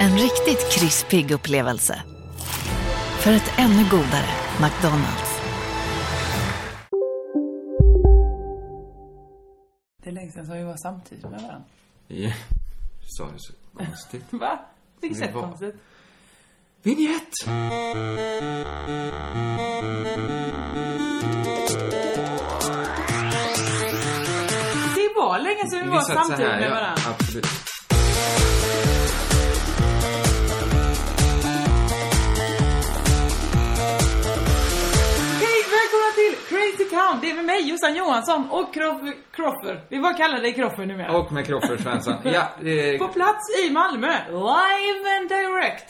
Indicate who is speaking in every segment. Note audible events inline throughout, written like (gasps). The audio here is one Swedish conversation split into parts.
Speaker 1: En riktigt krispig upplevelse. För ett ännu godare McDonalds.
Speaker 2: Det är längsta som vi var samtidigt med varandra.
Speaker 3: Ja. Du sa det så konstigt.
Speaker 2: Va? Vilket
Speaker 3: Det
Speaker 2: sätt
Speaker 3: var-
Speaker 2: konstigt?
Speaker 3: Vinjett!
Speaker 2: Det var länge sedan vi var
Speaker 3: Vi satt så
Speaker 2: samtidigt
Speaker 3: här,
Speaker 2: med
Speaker 3: ja.
Speaker 2: varandra.
Speaker 3: Absolut.
Speaker 2: Hej, välkomna till Crazy Town! Det är med mig Jossan Johansson och Crof- Croffer. Vi bara kallar dig Croffer numera.
Speaker 3: Och med Crawford Svensson. Ja, det,
Speaker 2: På plats i Malmö, live and direct.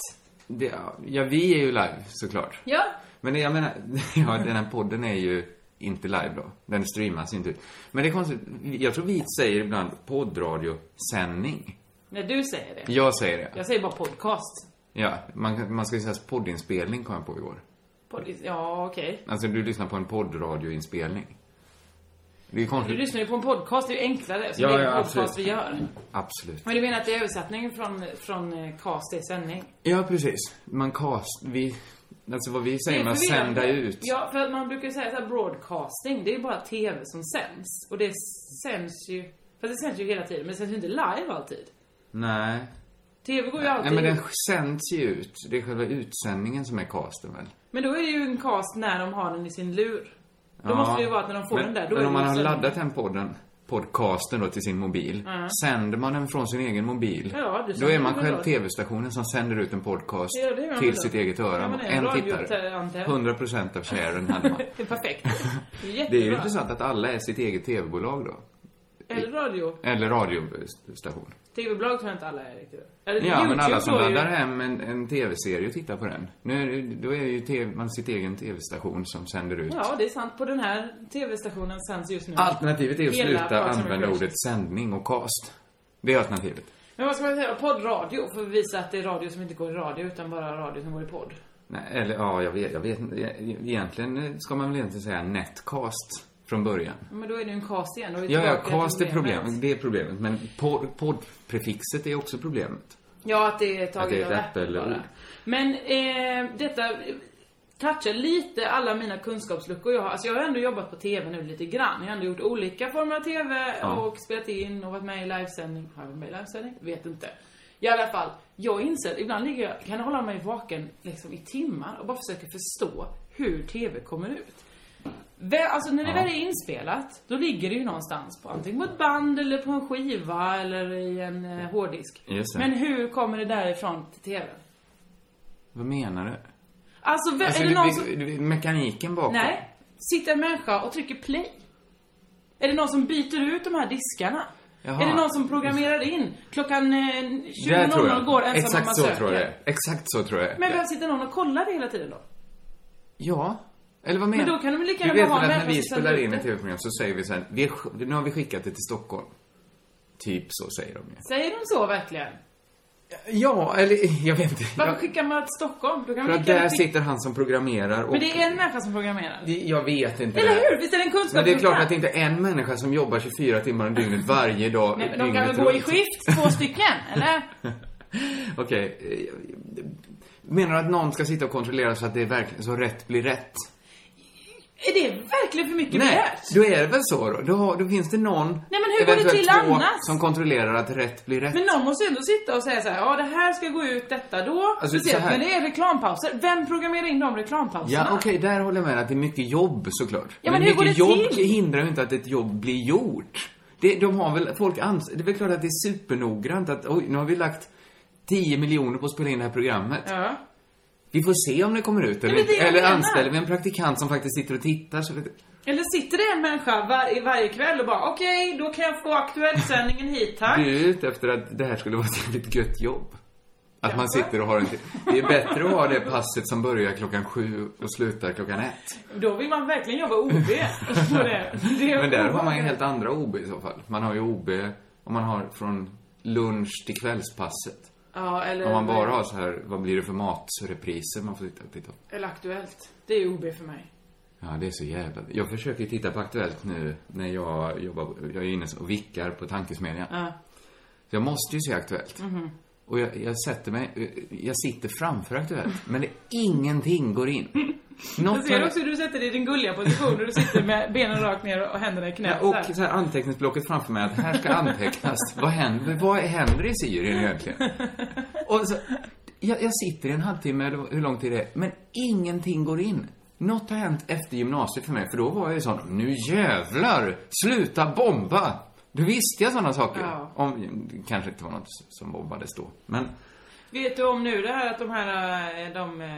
Speaker 3: det, ja, vi är ju live såklart.
Speaker 2: Ja.
Speaker 3: Men jag menar, (laughs) ja, den här podden är ju inte live då. Den streamas inte ut. Men det är konstigt. Jag tror vi säger ibland poddradiosändning.
Speaker 2: När du säger det.
Speaker 3: Jag säger det.
Speaker 2: Jag säger bara podcast.
Speaker 3: Ja, man, man ska ju säga poddinspelning kom jag på igår.
Speaker 2: Pod- ja, okej.
Speaker 3: Alltså, du lyssnar på en poddradioinspelning. Det är
Speaker 2: Du
Speaker 3: konstigt.
Speaker 2: lyssnar ju på en podcast, det är ju enklare. Så
Speaker 3: Ja,
Speaker 2: det är en
Speaker 3: ja,
Speaker 2: podcast
Speaker 3: absolut.
Speaker 2: vi gör.
Speaker 3: Absolut.
Speaker 2: Men du menar att det är översättning från, från eh, cast till sändning?
Speaker 3: Ja, precis. Man cast... Vi... Alltså vad vi säger, man
Speaker 2: Det är förvirrande.
Speaker 3: sända ut.
Speaker 2: Ja, för att man brukar ju säga såhär broadcasting, det är ju bara TV som sänds. Och det sänds ju, fast det sänds ju hela tiden, men det sänds ju inte live alltid.
Speaker 3: Nej.
Speaker 2: TV går ju alltid
Speaker 3: Nej, men den
Speaker 2: ut.
Speaker 3: sänds ju ut. Det är själva utsändningen som är casten väl?
Speaker 2: Men då är det ju en cast när de har den i sin lur. Då måste det ju vara att när de får
Speaker 3: men,
Speaker 2: den där, då är
Speaker 3: Men om
Speaker 2: det
Speaker 3: man
Speaker 2: ju liksom-
Speaker 3: har
Speaker 2: sändning.
Speaker 3: laddat den podden, podcasten då till sin mobil. Sänder man den från sin egen mobil.
Speaker 2: Ja, det
Speaker 3: då
Speaker 2: sänder
Speaker 3: är man
Speaker 2: man
Speaker 3: själv
Speaker 2: då.
Speaker 3: tv-stationen som sänder ut en podcast
Speaker 2: Ja, det gör man
Speaker 3: till
Speaker 2: då.
Speaker 3: sitt eget öra.
Speaker 2: Ja, men det är en
Speaker 3: en
Speaker 2: radioantenn.
Speaker 3: tittare. 100% av sharen
Speaker 2: (laughs)
Speaker 3: hade man.
Speaker 2: Det är
Speaker 3: (laughs)
Speaker 2: perfekt. Det är jättebra.
Speaker 3: Det är ju intressant att alla är sitt eget tv-bolag då.
Speaker 2: Eller radio.
Speaker 3: Eller radiostation.
Speaker 2: TV-bolag tror jag inte alla är riktigt. Eller
Speaker 3: Ja, men alla som
Speaker 2: får ju-
Speaker 3: laddar hem en, en tv-serie och tittar på den. Nu är det, då är det ju TV, man sitt egen tv-station som sänder ut.
Speaker 2: Ja, det är sant. På den här TV-stationen sänds just nu.
Speaker 3: Alternativet är att
Speaker 2: Hela Parks
Speaker 3: sluta
Speaker 2: and
Speaker 3: använda
Speaker 2: Recreation.
Speaker 3: ordet sändning och cast. Det är alternativet.
Speaker 2: Men vad ska man säga då? Poddradio, för att visa att det är radio som inte går i radio, utan bara radio som går i podd.
Speaker 3: Nej, eller ja, jag vet, jag vet inte. E- Egentligen ska man väl egentligen säga netcast från början.
Speaker 2: Men då är det ju en cast igen. Då är vi
Speaker 3: Ja, ja,
Speaker 2: tillbaka till
Speaker 3: cast är problemet.
Speaker 2: problemet.
Speaker 3: Det är problemet. Men pod- poddprefixet är också problemet.
Speaker 2: Ja, att det är
Speaker 3: Att det
Speaker 2: taget
Speaker 3: är
Speaker 2: av
Speaker 3: ett
Speaker 2: appen
Speaker 3: eller-
Speaker 2: bara. Men eh, detta touchar lite alla mina kunskapsluckor jag har. Alltså jag har ändå jobbat på TV nu lite grann. Jag har ändå gjort olika former av TV
Speaker 3: Ja.
Speaker 2: och spelat in och varit med i livesändning. Har jag varit med i livesändning? Vet inte. I alla fall, jag inser, ibland ligger jag, kan jag hålla mig vaken liksom i timmar och bara försöka förstå hur TV kommer ut. Väl, alltså när det väl är inspelat, då ligger det ju någonstans på antingen på ett band eller på en skiva eller i en eh, hårddisk.
Speaker 3: Just det.
Speaker 2: Men hur kommer det därifrån till TV?
Speaker 3: Vad menar du?
Speaker 2: Alltså, vem,
Speaker 3: Alltså,
Speaker 2: är det någon
Speaker 3: det-
Speaker 2: som...
Speaker 3: det- det- mekaniken bakom.
Speaker 2: Nej. Sitter en människa och trycker play? Är det någon som byter ut de här diskarna?
Speaker 3: Jaha.
Speaker 2: Är det någon som programmerar in? Klockan eh,
Speaker 3: Det tror
Speaker 2: 20.00
Speaker 3: jag.
Speaker 2: går ensam om
Speaker 3: Exakt
Speaker 2: man
Speaker 3: så
Speaker 2: söker.
Speaker 3: tror jag det är. Exakt så tror jag det är.
Speaker 2: Men vem sitter någon och kollar det hela tiden då?
Speaker 3: Ja. Eller vad menar
Speaker 2: Men då kan de lika
Speaker 3: du?
Speaker 2: gärna
Speaker 3: vet
Speaker 2: bara ha
Speaker 3: väl
Speaker 2: en
Speaker 3: att när
Speaker 2: människa
Speaker 3: vi
Speaker 2: som sänder
Speaker 3: spelar
Speaker 2: ut
Speaker 3: in
Speaker 2: det?
Speaker 3: ett tv-program så säger vi så här, vi är, sk- nu har vi skickat det till Stockholm. Typ så säger de ju.
Speaker 2: Säger de så verkligen?
Speaker 3: Ja, eller jag vet inte.
Speaker 2: Varför
Speaker 3: Jag,
Speaker 2: skickar man till Stockholm? Då kan
Speaker 3: för
Speaker 2: man
Speaker 3: att
Speaker 2: lika gärna
Speaker 3: där
Speaker 2: skicka-
Speaker 3: sitter han som programmerar och...
Speaker 2: Men det är en människa som programmerar.
Speaker 3: Det- Jag vet inte
Speaker 2: Eller
Speaker 3: det här.
Speaker 2: hur? Visst är det en kunskap
Speaker 3: Men det är
Speaker 2: som
Speaker 3: klart
Speaker 2: kan?
Speaker 3: att det inte är en människa som jobbar 24 timmar om dygnet varje dag,
Speaker 2: Nej, men de kan
Speaker 3: dygnet
Speaker 2: väl gå i
Speaker 3: runt.
Speaker 2: skift, två stycken?
Speaker 3: (laughs)
Speaker 2: Eller?
Speaker 3: Okej. eh, Menar du att någon ska sitta och kontrollera så att det är verkligen, så rätt blir rätt?
Speaker 2: Är det verkligen för mycket
Speaker 3: Nej,
Speaker 2: begärt?
Speaker 3: då är det väl så då. Då, har, då finns det någon,
Speaker 2: men hur går det
Speaker 3: eventuellt
Speaker 2: till
Speaker 3: två,
Speaker 2: annars?
Speaker 3: som kontrollerar att rätt blir rätt.
Speaker 2: Men någon måste ju ändå sitta och säga så här, ja det här ska gå ut detta då.
Speaker 3: Alltså,
Speaker 2: Speciellt
Speaker 3: så här-
Speaker 2: när det är reklampauser. Vem programmerar in de reklampauserna?
Speaker 3: ja, okej, där håller jag med att det är mycket jobb såklart.
Speaker 2: Ja, men hur går
Speaker 3: mycket
Speaker 2: det
Speaker 3: jobb
Speaker 2: till?
Speaker 3: hindrar ju inte att ett jobb blir gjort. Det, de har väl, folk ans- det är väl klart att det är supernoggrant att oj, nu har vi lagt 10 miljoner på att spela in det här programmet.
Speaker 2: Ja.
Speaker 3: Vi får se om det kommer ut eller
Speaker 2: men det
Speaker 3: inte.
Speaker 2: jag
Speaker 3: Eller
Speaker 2: menar.
Speaker 3: anställer vi en praktikant som faktiskt sitter och tittar så det,
Speaker 2: Eller sitter det en människa var, varje kväll och bara okej, då kan jag få Aktuellsändningen hit tack.
Speaker 3: Du är ute efter att det här skulle vara ett jävligt gött jobb. Att man
Speaker 2: Jaså?
Speaker 3: sitter och har en till. Det är bättre att ha det passet som börjar klockan sju och slutar klockan ett.
Speaker 2: Då vill man verkligen jobba OB.
Speaker 3: (laughs)
Speaker 2: på det. Det är
Speaker 3: Men där har man ju
Speaker 2: ovanligt.
Speaker 3: helt andra OB i så fall. Man har ju OB om man har från lunch till kvällspasset.
Speaker 2: Ja, eller,
Speaker 3: Om man bara har så här, vad blir det för matrepriser man får sitta och titta på?
Speaker 2: eller Aktuellt. Det är OB för mig.
Speaker 3: Ja, det är så jävla... Jag försöker ju titta på Aktuellt nu när jag jobbar... Jag är inne och vickar på Tankesmedjan.
Speaker 2: Ja. Mhm.
Speaker 3: Så jag måste ju se Aktuellt. Och jag, jag sätter mig... Jag sitter framför Aktuellt, men det, ingenting går
Speaker 2: (laughs)
Speaker 3: in.
Speaker 2: Alltså, Jag
Speaker 3: Något
Speaker 2: ser också hur du sätter dig i din gulliga position och du sitter med benen rakt ner och händerna i knät.
Speaker 3: och
Speaker 2: så här.
Speaker 3: så här anteckningsblocket framför mig att här ska antecknas. vad, händer, vad händer i Syrien egentligen? Och så, jag, jag sitter i en halvtimme, eller hur lång tid det är, men ingenting går in. Något har hänt efter gymnasiet för mig, för då var jag ju sån, nu jävlar, sluta bomba! Då visste jag sådana saker.
Speaker 2: Ja.
Speaker 3: Om, det kanske inte var något som bombades då, men
Speaker 2: Vet du om nu det här att de här, eh, de, eh,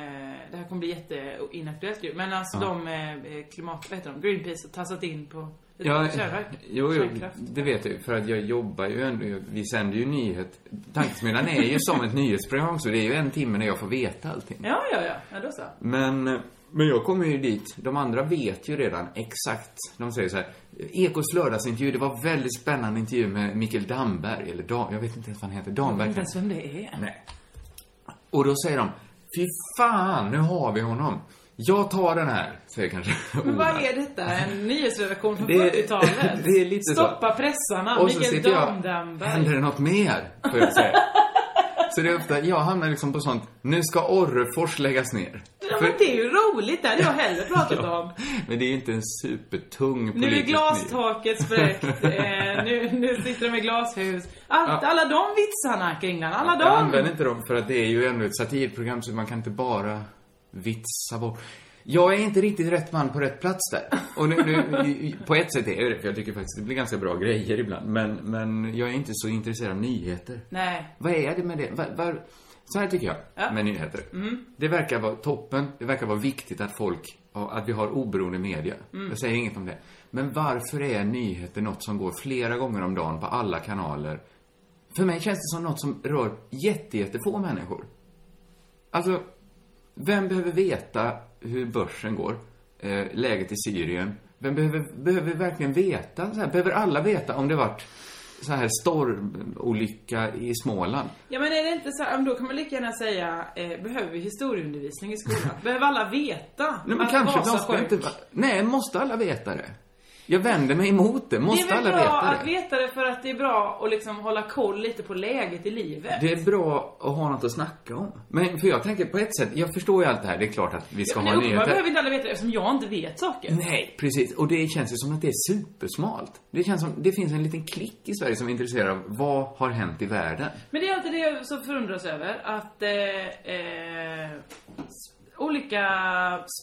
Speaker 2: det här kommer bli jätteinaktuellt ju, men alltså de eh, klimat, vad heter de, Greenpeace har tassat in på ett kärnverk.
Speaker 3: jo, jo,
Speaker 2: Kärnkraft.
Speaker 3: det vet jag ju, för att jag jobbar ju ändå, vi sänder ju nyhet. Tankesmedjan är ju som ett (laughs) nyhetsprogram, så det är ju en timme när jag får veta allting.
Speaker 2: Ja, ja, ja, ja, då så.
Speaker 3: Men, men jag kommer ju dit. De andra vet ju redan exakt. De säger så här. Ekos lördagsintervju, det var väldigt spännande intervju med Mikael Damberg. Eller Dan, jag vet inte ens vad han heter.
Speaker 2: Jag vet
Speaker 3: Damberg
Speaker 2: inte ens vem det är.
Speaker 3: Nej. Och då säger de. Fy fan, nu har vi honom. Jag tar den här, säger kanske
Speaker 2: Men
Speaker 3: Ola.
Speaker 2: vad är detta?
Speaker 3: (laughs)
Speaker 2: En nyhetsredaktion från
Speaker 3: Det är-
Speaker 2: 40-talet?
Speaker 3: det är lite så.
Speaker 2: Stoppa pressarna,
Speaker 3: Och så
Speaker 2: Mikael
Speaker 3: sitter jag, händer
Speaker 2: Damberg.
Speaker 3: det något mer? Får jag säga. så det är ofta, jag hamnar liksom på sånt, nu ska Orrefors läggas ner.
Speaker 2: Ja, men det är ju roligt, det hade jag hellre pratat om.
Speaker 3: Men det är ju inte en supertung
Speaker 2: Nu är
Speaker 3: politisk nyhet. (laughs)
Speaker 2: glastaket spräckt, eh, nu, nu sitter de i glashus. Allt,
Speaker 3: Ja.
Speaker 2: Alla de vitsarna, Kringlan, alla
Speaker 3: Jag
Speaker 2: de!
Speaker 3: använder inte dem för att det är ju ändå ett satirprogram så man kan inte bara vitsa bort. Jag är inte riktigt rätt man på rätt plats där. Och nu, nu, i- i- på ett sätt är jag det, för jag tycker faktiskt det blir ganska bra grejer ibland. Men, men jag är inte så intresserad av nyheter.
Speaker 2: Nej,
Speaker 3: Vad är det med det? Var, var, så här tycker jag
Speaker 2: Ja.
Speaker 3: med nyheter. Det verkar vara toppen. Det verkar vara viktigt att folk, att vi har oberoende media. Jag säger inget om det. Men varför är nyheter något som går flera gånger om dagen på alla kanaler? För mig känns det som något som rör jätte, jättefå människor. Alltså, vem behöver veta hur börsen går? Eh, läget i Syrien? Vem behöver, behöver verkligen veta? Så här, behöver alla veta om det varit så här stormolycka i Småland?
Speaker 2: Ja men är det inte så, ja, men då kan man lika gärna säga, eh, behöver vi historieundervisning
Speaker 3: (laughs)
Speaker 2: i skolan? Behöver alla veta?
Speaker 3: Nej, men
Speaker 2: att
Speaker 3: kanske
Speaker 2: Vasa
Speaker 3: de ska
Speaker 2: sjönk?
Speaker 3: inte... va- Nej, måste alla veta det? Jag vänder mig emot det.
Speaker 2: Det
Speaker 3: Måste
Speaker 2: är väl
Speaker 3: alla
Speaker 2: bra
Speaker 3: veta det?
Speaker 2: att veta det för att det är bra att liksom hålla koll lite på läget i livet.
Speaker 3: Det är bra att ha något att snacka om. Men för jag tänker på ett sätt, jag förstår ju allt det här, det är klart att vi ska
Speaker 2: Men
Speaker 3: ha
Speaker 2: uppenbarligen
Speaker 3: nyheter.
Speaker 2: behöver inte alla veta det eftersom jag inte vet saker.
Speaker 3: Nej, precis. Och det känns ju som att det är supersmalt. Det känns som, det finns en liten klick i Sverige som är intresserad av vad har hänt i världen?
Speaker 2: Men det är alltid det jag så förundras över att eh, eh, s- olika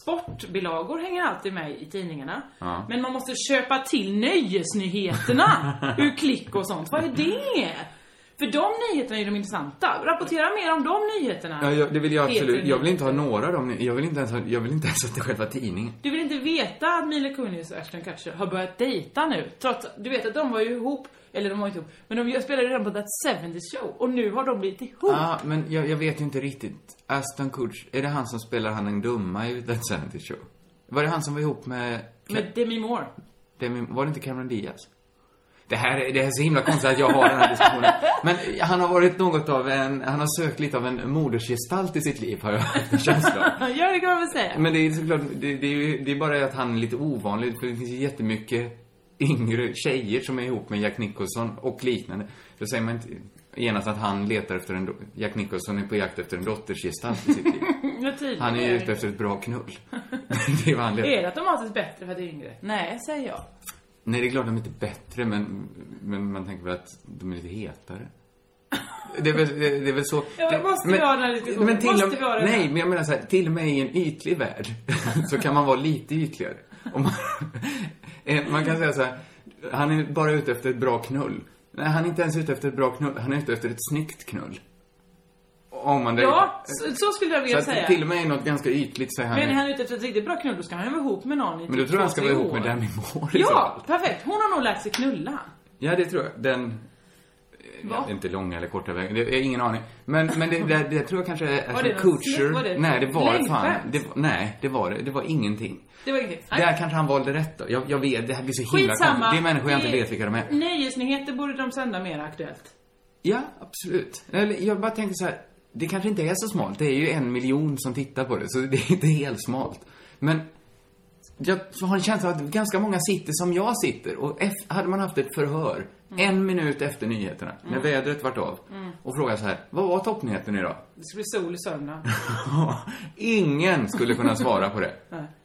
Speaker 2: sportbilagor hänger alltid med i tidningarna.
Speaker 3: Ja.
Speaker 2: Men man måste köpa till nöjesnyheterna
Speaker 3: (laughs)
Speaker 2: ur klick och sånt. Vad är det? För de nyheterna är de intressanta. Rapportera mer om de nyheterna.
Speaker 3: Ja, jag, det vill jag
Speaker 2: Peter
Speaker 3: absolut. Jag vill inte ha
Speaker 2: Nyheter.
Speaker 3: några av dem. Jag vill inte ens ha, jag vill inte ens att det är själva tidningen.
Speaker 2: Du vill inte veta att Mila Kunis och Ashton Kutcher har börjat dejta nu? Trots att du vet att de var ju ihop, eller de var inte ihop, men de spelade ju redan på That 70 Show och nu har de blivit ihop.
Speaker 3: Ja, Ah, men jag, jag vet ju inte riktigt. Aston Kutcher, är det han som spelar han den dumma i That 70 Show? Var det han som var ihop med...
Speaker 2: Med Demi Moore.
Speaker 3: Demi, var det inte Cameron Diaz? Det här, är- det här är så himla konstigt att jag har den här diskussionen. Men han har varit något av en, han har sökt lite av en modersgestalt i sitt liv, har jag haft en känsla av.
Speaker 2: (laughs) Ja, det kan man väl säga.
Speaker 3: Men det är såklart, det, det, är ju, det är bara att han är lite ovanlig, för det finns ju jättemycket yngre tjejer som är ihop med Jack Nicholson och liknande. Då säger man inte genast att han letar efter en, do- Jack Nicholson är på jakt efter en dottersgestalt i sitt liv.
Speaker 2: Ja, tydligen.
Speaker 3: Mm. Han är ju ute efter ett bra knull. (laughs) det är vad han letar
Speaker 2: Är det automatiskt bättre för att det är yngre? Nej, säger jag.
Speaker 3: Nej, det är klart de är inte bättre, men, men man tänker väl att de är lite hetare. Det är väl, det, det är väl så...
Speaker 2: Ja,
Speaker 3: det,
Speaker 2: måste vi ha den här diskussionen?
Speaker 3: Men till
Speaker 2: Måste
Speaker 3: och,
Speaker 2: vi ha den här?
Speaker 3: nej, men jag menar så här, till och med i en ytlig (laughs) värld så kan man vara lite ytligare. Om man, eh, man kan säga så här, Han är bara ute efter ett bra knull. Nej, han är inte ens ute efter ett bra knull. Han är ute efter ett snyggt knull. Om man Eh,
Speaker 2: Ja, så, så skulle jag
Speaker 3: så
Speaker 2: vilja
Speaker 3: att,
Speaker 2: säga.
Speaker 3: till och med i något ganska ytligt säger han
Speaker 2: Men är
Speaker 3: ju-
Speaker 2: han ute efter ett riktigt bra knull, då ska han ju vara ihop med någon i
Speaker 3: Men
Speaker 2: typ
Speaker 3: då tror jag han ska
Speaker 2: två,
Speaker 3: vara
Speaker 2: tre
Speaker 3: ihop med
Speaker 2: år.
Speaker 3: Demi Moore i så
Speaker 2: Ja,
Speaker 3: fall.
Speaker 2: perfekt. Hon har nog lärt sig knulla.
Speaker 3: Ja, det tror jag. Den... Ja, det är inte långa eller korta vägen. Det är ingen aning. Men, men det, det, det tror jag kanske är...
Speaker 2: Var det något
Speaker 3: Kutcher.
Speaker 2: släkt? Var det
Speaker 3: nej, det var det fan.
Speaker 2: längdskämt?
Speaker 3: Det, var- nej, det var det. Det var ingenting.
Speaker 2: Det var ingenting. Nej.
Speaker 3: Där kanske han valde rätt då. Jag, jag vet, det här blir så himla
Speaker 2: Skitsamma.
Speaker 3: konstigt. Det är människor jag inte vet vilka de är.
Speaker 2: Nöjesnyheter borde de sända mer Aktuellt.
Speaker 3: Ja, absolut. Eller, jag bara tänker så här. Det kanske inte är så smalt. Det är ju en miljon som tittar på det, så det är inte helt smalt. Men jag har en känsla av att ganska många sitter som jag sitter. Och efter, hade man haft ett förhör
Speaker 2: Mm.
Speaker 3: en minut efter nyheterna, när vädret vart av, och frågat så här, vad var toppnyheten idag? (laughs)
Speaker 2: Det skulle bli sol i Sörmland.
Speaker 3: Ingen skulle kunna svara
Speaker 2: (laughs)
Speaker 3: på det.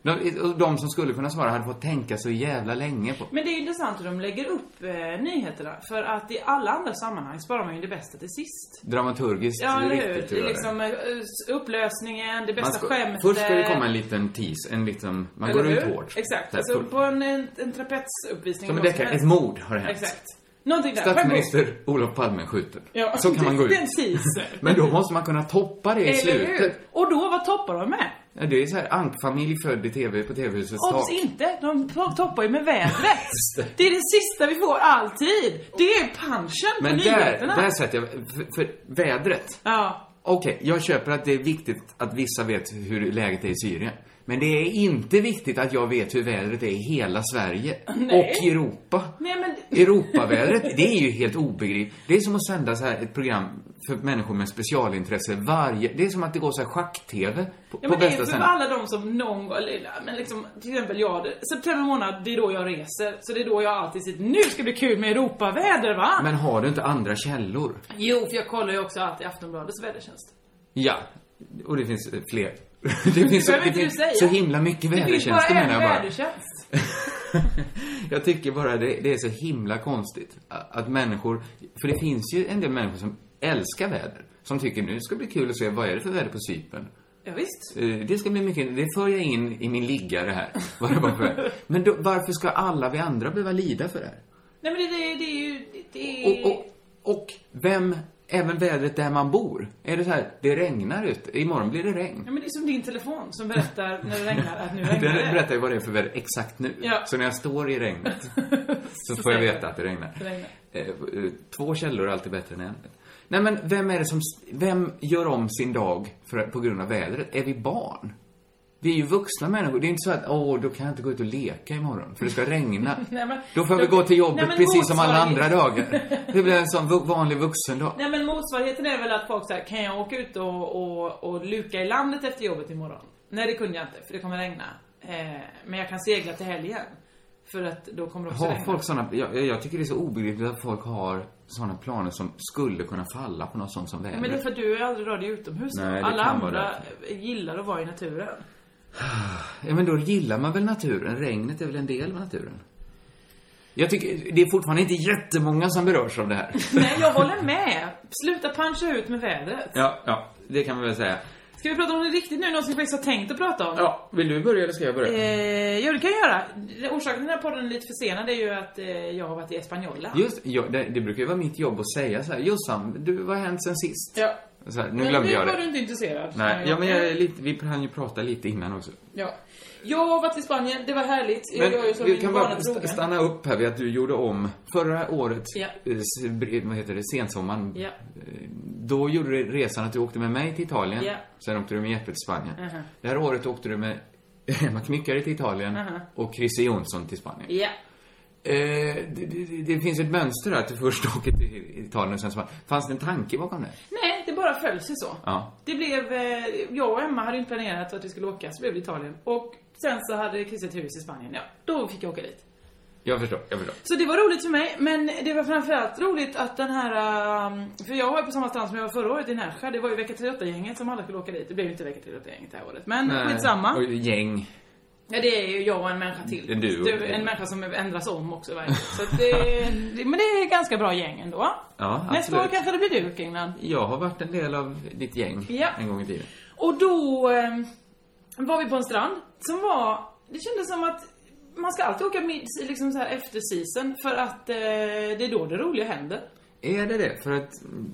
Speaker 3: De, och de som skulle kunna svara hade fått tänka så jävla länge på
Speaker 2: Men det är intressant hur de lägger upp eh, nyheterna. För att i alla andra sammanhang sparar man ju det bästa till sist.
Speaker 3: dramaturgiskt.
Speaker 2: Ja, eller hur?
Speaker 3: riktigt,
Speaker 2: Det
Speaker 3: hur
Speaker 2: är
Speaker 3: gör det.
Speaker 2: liksom eh, upplösningen, det bästa
Speaker 3: Man ska-
Speaker 2: skämtet.
Speaker 3: Först ska det komma en liten tease, en liten... Man
Speaker 2: Eller
Speaker 3: går ut
Speaker 2: hur?
Speaker 3: hårt.
Speaker 2: Exakt.
Speaker 3: Så här,
Speaker 2: Alltså
Speaker 3: full-
Speaker 2: på en, en, en trapetsuppvisning.
Speaker 3: som en
Speaker 2: vad som
Speaker 3: deckare. Ett
Speaker 2: helst.
Speaker 3: mord har hänt.
Speaker 2: Exakt. Någonting där.
Speaker 3: Statsminister Olof Palme skjuter. (laughs)
Speaker 2: Ja,
Speaker 3: Så kan man gå ut.
Speaker 2: det är en teaser.
Speaker 3: (laughs) Men då måste man kunna toppa det i
Speaker 2: Eller
Speaker 3: slutet.
Speaker 2: hur? Och då, vad toppar de med?
Speaker 3: Ja, det är så här ankfamilj född i TV på TV-husets tak.
Speaker 2: Obs inte, de to- toppar ju
Speaker 3: (laughs)
Speaker 2: med vädret. det är det sista vi får alltid. Det är punchen på
Speaker 3: Men där,
Speaker 2: nyheterna.
Speaker 3: där sätter jag... För, för vädret.
Speaker 2: Ja.
Speaker 3: Okej, jag köper att det är viktigt att vissa vet hur läget är i Syrien. Men det är inte viktigt att jag vet hur vädret är i hela Sverige.
Speaker 2: Nej.
Speaker 3: Och i Europa.
Speaker 2: Nej men...
Speaker 3: Europavädret, det är ju helt obegripligt. Det är som att sända så här ett program för människor med specialintresse varje... Det är som att det går så här schack-TV på,
Speaker 2: Ja,
Speaker 3: på
Speaker 2: men det är
Speaker 3: bästa
Speaker 2: för
Speaker 3: sändning.
Speaker 2: alla de som någon gång, eller, men liksom, till exempel jag, det- september månad, det är då jag reser. Så det är då jag alltid sitter, nu ska det bli kul med Europaväder va?
Speaker 3: Men har du inte andra källor?
Speaker 2: Jo, för jag kollar ju också alltid Aftonbladets vädertjänst.
Speaker 3: Ja. Och det finns eh, fler. (laughs) Det finns, så-
Speaker 2: behöver
Speaker 3: det
Speaker 2: inte
Speaker 3: finns
Speaker 2: du säga.
Speaker 3: så himla mycket
Speaker 2: Det finns bara
Speaker 3: vädertjänster
Speaker 2: en
Speaker 3: menar jag bara.
Speaker 2: vädertjänst.
Speaker 3: (laughs) jag tycker bara det, det är så himla konstigt att, att människor... För det finns ju en del människor som älskar väder. Som tycker nu ska det bli kul att se vad är det för väder på Cypern.
Speaker 2: Ja, visst.
Speaker 3: Eh, Det ska bli mycket, det för jag in i min liggare här. (laughs) Vad det var för. Men då, varför ska alla vi andra behöva lida för det här?
Speaker 2: Nej men det, det, det är ju, det
Speaker 3: Och,
Speaker 2: är...
Speaker 3: och, och vem, även vädret där man bor. Är det så här, det regnar ute, imorgon blir det regn.
Speaker 2: Ja, men det är som din telefon som berättar när det regnar att nu
Speaker 3: Den
Speaker 2: regnar det.
Speaker 3: berättar ju vad (laughs) det är för väder exakt nu.
Speaker 2: Ja.
Speaker 3: Så när jag står i regnet så får jag veta att det regnar.
Speaker 2: Det regnar.
Speaker 3: Eh, eh, Två källor är alltid bättre än en. Nej men vem är det som, vem gör om sin dag för, på grund av vädret? Är vi barn? Vi är ju vuxna människor. Det är inte så att, åh, då kan jag inte gå ut och leka imorgon för det ska regna.
Speaker 2: (laughs) Nej, men-
Speaker 3: då får jag väl
Speaker 2: då-
Speaker 3: gå till jobbet
Speaker 2: Nej, men
Speaker 3: precis som alla andra
Speaker 2: motsvarighet-
Speaker 3: dagar.
Speaker 2: (laughs)
Speaker 3: Det blir en sån vu- vanlig vuxendag.
Speaker 2: Nej men motsvarigheten är väl att folk säger kan jag åka ut och, och, och luka i landet efter jobbet imorgon? Nej det kunde jag inte för det kommer regna. Eh, men jag kan segla till helgen. För att då kommer det också
Speaker 3: Har
Speaker 2: regna.
Speaker 3: folk såna, jag, jag tycker det är så obegripligt att folk har såna planer som skulle kunna falla på något sånt som vädret.
Speaker 2: Men det är för att du är aldrig rörd i utomhus.
Speaker 3: Nej, det
Speaker 2: alla
Speaker 3: kan vara
Speaker 2: andra gillar att vara i naturen.
Speaker 3: Ja, men då gillar man väl naturen? Regnet är väl en del av naturen? Jag tycker, det är fortfarande inte jättemånga som berörs av det här.
Speaker 2: Nej jag håller med. Sluta puncha ut med vädret.
Speaker 3: (laughs) ja, ja, det kan man väl säga.
Speaker 2: Ska vi prata om det riktigt nu? Någon som vi faktiskt har tänkt att prata om?
Speaker 3: Ja, vill du börja eller ska jag börja?
Speaker 2: Eh, ja, det kan jag göra. Orsaken till den här podden är lite försenad är ju att eh, jag har varit i Espanola.
Speaker 3: Just, ja, det, det brukar ju vara mitt jobb att säga så här, Jossan, du, vad har hänt sen sist?
Speaker 2: Ja.
Speaker 3: Så här, nu
Speaker 2: Men
Speaker 3: glömde
Speaker 2: nu
Speaker 3: jag
Speaker 2: var du
Speaker 3: det.
Speaker 2: inte intresserad.
Speaker 3: Nej, ja, men jag är lite, vi hann ju prata lite innan också.
Speaker 2: Ja. Jag har varit i Spanien, det var härligt. Jag gör ju
Speaker 3: Men
Speaker 2: som
Speaker 3: vi
Speaker 2: min
Speaker 3: kan
Speaker 2: vana
Speaker 3: bara
Speaker 2: trogen.
Speaker 3: st- stanna upp här vid att du gjorde om förra årets,
Speaker 2: Ja.
Speaker 3: eh, s- br- vad heter det, sensommaren.
Speaker 2: Ja.
Speaker 3: Eh, Då gjorde du resan att du åkte med mig till Italien.
Speaker 2: Ja.
Speaker 3: Sen åkte du med Jeppe till Spanien.
Speaker 2: Mhm.
Speaker 3: Det här året åkte du med (laughs) Emma Knyckare till Italien
Speaker 2: Mhm.
Speaker 3: och Christer Jonsson till Spanien.
Speaker 2: Ja.
Speaker 3: Eh, det, det, det finns ett mönster här att du först (laughs) åker till Italien och sen Spanien. Fanns det en tanke bakom det?
Speaker 2: Nej, det bara föll sig så.
Speaker 3: Ja.
Speaker 2: Det blev, eh, jag och Emma hade inte planerat att vi skulle åka, så blev det Italien. Och sen så hade Chris ett hus i Spanien, ja. Då fick jag åka dit.
Speaker 3: Jag förstår, jag förstår.
Speaker 2: Så det var roligt för mig, men det var framförallt roligt att den här... ehm, För jag var ju på samma strand som jag var förra året i Nässjö. Det var ju vecka 38-gänget som alla skulle åka dit. Det blev ju inte vecka 38-gänget det här året. Men (laughs) skitsamma.
Speaker 3: Eh, Och gäng.
Speaker 2: Ja, det är ju jag och en människa till.
Speaker 3: Det är du och-
Speaker 2: en människa som ändras om också varje år. Så att det, det, men det är ganska bra gäng ändå.
Speaker 3: Ja,
Speaker 2: Nästa år
Speaker 3: absolut.
Speaker 2: kanske det blir du, Kringland.
Speaker 3: Jag har varit en del av ditt gäng
Speaker 2: Ja.
Speaker 3: en gång i tiden.
Speaker 2: ehm, Och då eh, var vi på en strand som var... Det kändes som att man ska alltid åka mid, liksom så här efter season för att eh, det är då det roliga händer.
Speaker 3: Är det det? För att,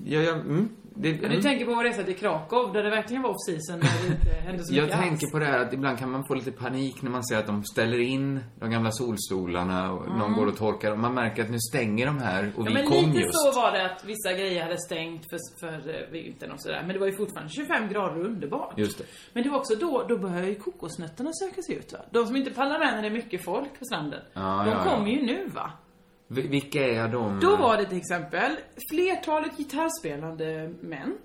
Speaker 3: ja, ja, mm, det,
Speaker 2: Men
Speaker 3: mm.
Speaker 2: du tänker på vår resa till Krakow där det verkligen var off-season när
Speaker 3: (laughs)
Speaker 2: det inte hände så
Speaker 3: Jag
Speaker 2: mycket
Speaker 3: tänker på det här att ibland kan man få lite panik när man ser att de ställer in de gamla solstolarna och någon går och torkar och man märker att nu stänger de här och
Speaker 2: Mm. Ja,
Speaker 3: vi
Speaker 2: men
Speaker 3: kom
Speaker 2: lite
Speaker 3: just.
Speaker 2: så var det att vissa grejer hade stängt för, för eh, vintern och sådär. Men det var ju fortfarande 25 grader och underbart.
Speaker 3: Just det.
Speaker 2: Men det var också då, då började ju kokosnötterna söka sig ut va? De som inte pallar med när det är mycket folk på stranden.
Speaker 3: Ja,
Speaker 2: de
Speaker 3: ja, Mm. ja.
Speaker 2: kommer ju nu va?
Speaker 3: Vi- Vilka är de?
Speaker 2: Då var det till exempel flertalet gitarrspelande män.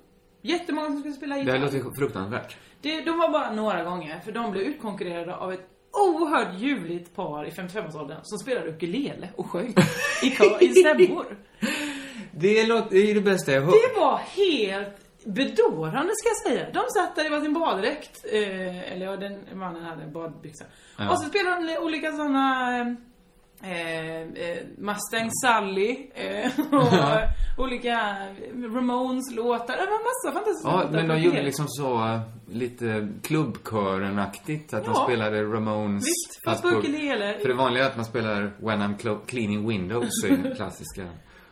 Speaker 2: Jättemånga som skulle spela
Speaker 3: Det här
Speaker 2: gitarr.
Speaker 3: låter ju fruktansvärt.
Speaker 2: Det, de var bara några gånger, för de blev utkonkurrerade av ett oerhört ljuvligt par i 55-årsåldern som spelade ukulele och sjöng i, kör- i stämmor.
Speaker 3: Det, låter, det är ju det bästa jag har hört.
Speaker 2: Det var helt bedårande ska jag säga. De satt där i varsin baddräkt, eh, eller ja, den mannen hade en badbyxa.
Speaker 3: Ja.
Speaker 2: Och så spelade de olika såna eh, eh, eh, Mustang Sally eh, och eh, olika Ramones-låtar. Det var massa fantastiska
Speaker 3: Ja,
Speaker 2: låtar
Speaker 3: men
Speaker 2: på
Speaker 3: de gjorde
Speaker 2: det.
Speaker 3: liksom så eh, lite klubbkören-aktigt. Att de
Speaker 2: Ja.
Speaker 3: spelade Ramones.
Speaker 2: Visst, fast på ukulele.
Speaker 3: För det vanliga är att man spelar When I'm Clo- Cleaning Windows, är ju
Speaker 2: (laughs)
Speaker 3: den klassiska.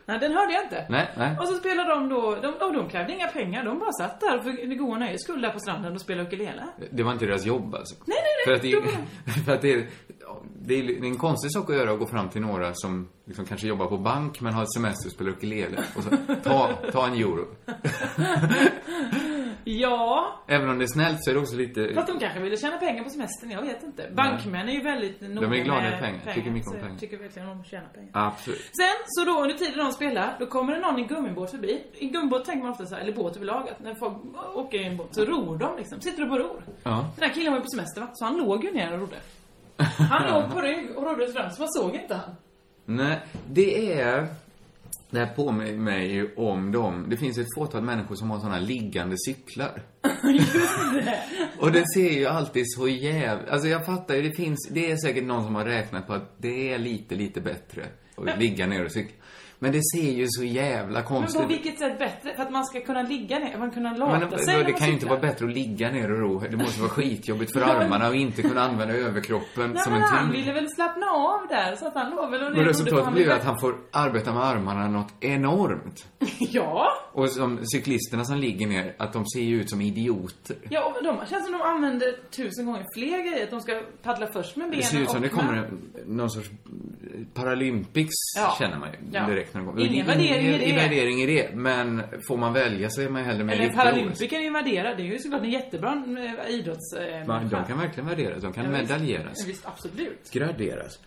Speaker 2: Nej, den hörde jag inte.
Speaker 3: Nej, nej.
Speaker 2: Och så spelade de då, de, och de krävde inga pengar, de bara satt där för goda nöjes skull där på stranden och spelade ukulele.
Speaker 3: Det var inte deras jobb alltså.
Speaker 2: Nej, nej,
Speaker 3: För att
Speaker 2: nej,
Speaker 3: det,
Speaker 2: det
Speaker 3: är- (laughs) för att det, är, ja, det, är, det är en konstig sak att göra att gå fram till några som liksom kanske jobbar på bank men har semester och spelar ukulele. Och så, ta, ta en euro.
Speaker 2: Ja,
Speaker 3: Även om det är snällt så är det också lite...
Speaker 2: För att de kanske ville tjäna pengar på semestern, jag vet inte. Bankmän är ju väldigt noga
Speaker 3: är glada
Speaker 2: med
Speaker 3: i pengar, tycker mycket om
Speaker 2: så jag
Speaker 3: pengar.
Speaker 2: Tycker verkligen om att tjäna pengar.
Speaker 3: Absolut.
Speaker 2: Sen, så då under tiden de spelar, då kommer det någon i en gummibåt förbi. I gummibåt tänker man ofta så här, eller båt överlag, att när folk åker i en båt så ror de liksom. Sitter och bara ror.
Speaker 3: Ja.
Speaker 2: Den här killen var ju på semester va, så han låg ju ner och rodde. Han låg på rygg och rodde fram, så man såg inte han.
Speaker 3: Nej, det är... Det här påminner mig ju om dem. Det finns ett fåtal människor som har såna liggande
Speaker 2: (laughs)
Speaker 3: cyklar. Och det ser ju alltid så jävligt... Alltså jag fattar ju, det finns... Det är säkert någon som har räknat på att det är lite, lite bättre att ligga ner och cykla. Men det ser ju så jävla
Speaker 2: Men
Speaker 3: konstigt
Speaker 2: på vilket sätt bättre? För att man ska kunna ligga ner, man kunna lata
Speaker 3: men
Speaker 2: sig
Speaker 3: det,
Speaker 2: när man
Speaker 3: det kan ju inte
Speaker 2: cyklar.
Speaker 3: vara bättre att ligga ner och ro. Det måste vara skitjobbigt för
Speaker 2: (laughs) Ja, men-
Speaker 3: armarna och inte kunna använda överkroppen
Speaker 2: Nej
Speaker 3: som
Speaker 2: men
Speaker 3: en
Speaker 2: han
Speaker 3: tyngd.
Speaker 2: ville väl slappna av där, så att han låg väl
Speaker 3: Men
Speaker 2: och rodde, för
Speaker 3: resultatet
Speaker 2: han
Speaker 3: blir ju
Speaker 2: ville-
Speaker 3: att han får arbeta med armarna något enormt.
Speaker 2: (laughs) Ja!
Speaker 3: Och som cyklisterna som ligger ner, att de ser ju ut som idioter.
Speaker 2: Ja, och de känns som de använder tusen gånger fler grejer. Att de ska paddla först med benen
Speaker 3: Det ser ut som
Speaker 2: och
Speaker 3: det
Speaker 2: med-
Speaker 3: kommer en- någon sorts Paralympics,
Speaker 2: Ja.
Speaker 3: känner man ju
Speaker 2: Ja.
Speaker 3: direkt när de kommer.
Speaker 2: Ingen
Speaker 3: Ingen
Speaker 2: värdering i det.
Speaker 3: värdering i det, men får man välja så är man ju hellre med i
Speaker 2: Eller
Speaker 3: riktiga OS.
Speaker 2: Paralympiker är ju värderade. Det är ju såklart en jättebra eh, idrotts... eh,
Speaker 3: Man, de kan verkligen värderas, de kan
Speaker 2: Ja, visst.
Speaker 3: medaljeras,
Speaker 2: Ja, Visst, absolut.
Speaker 3: graderas.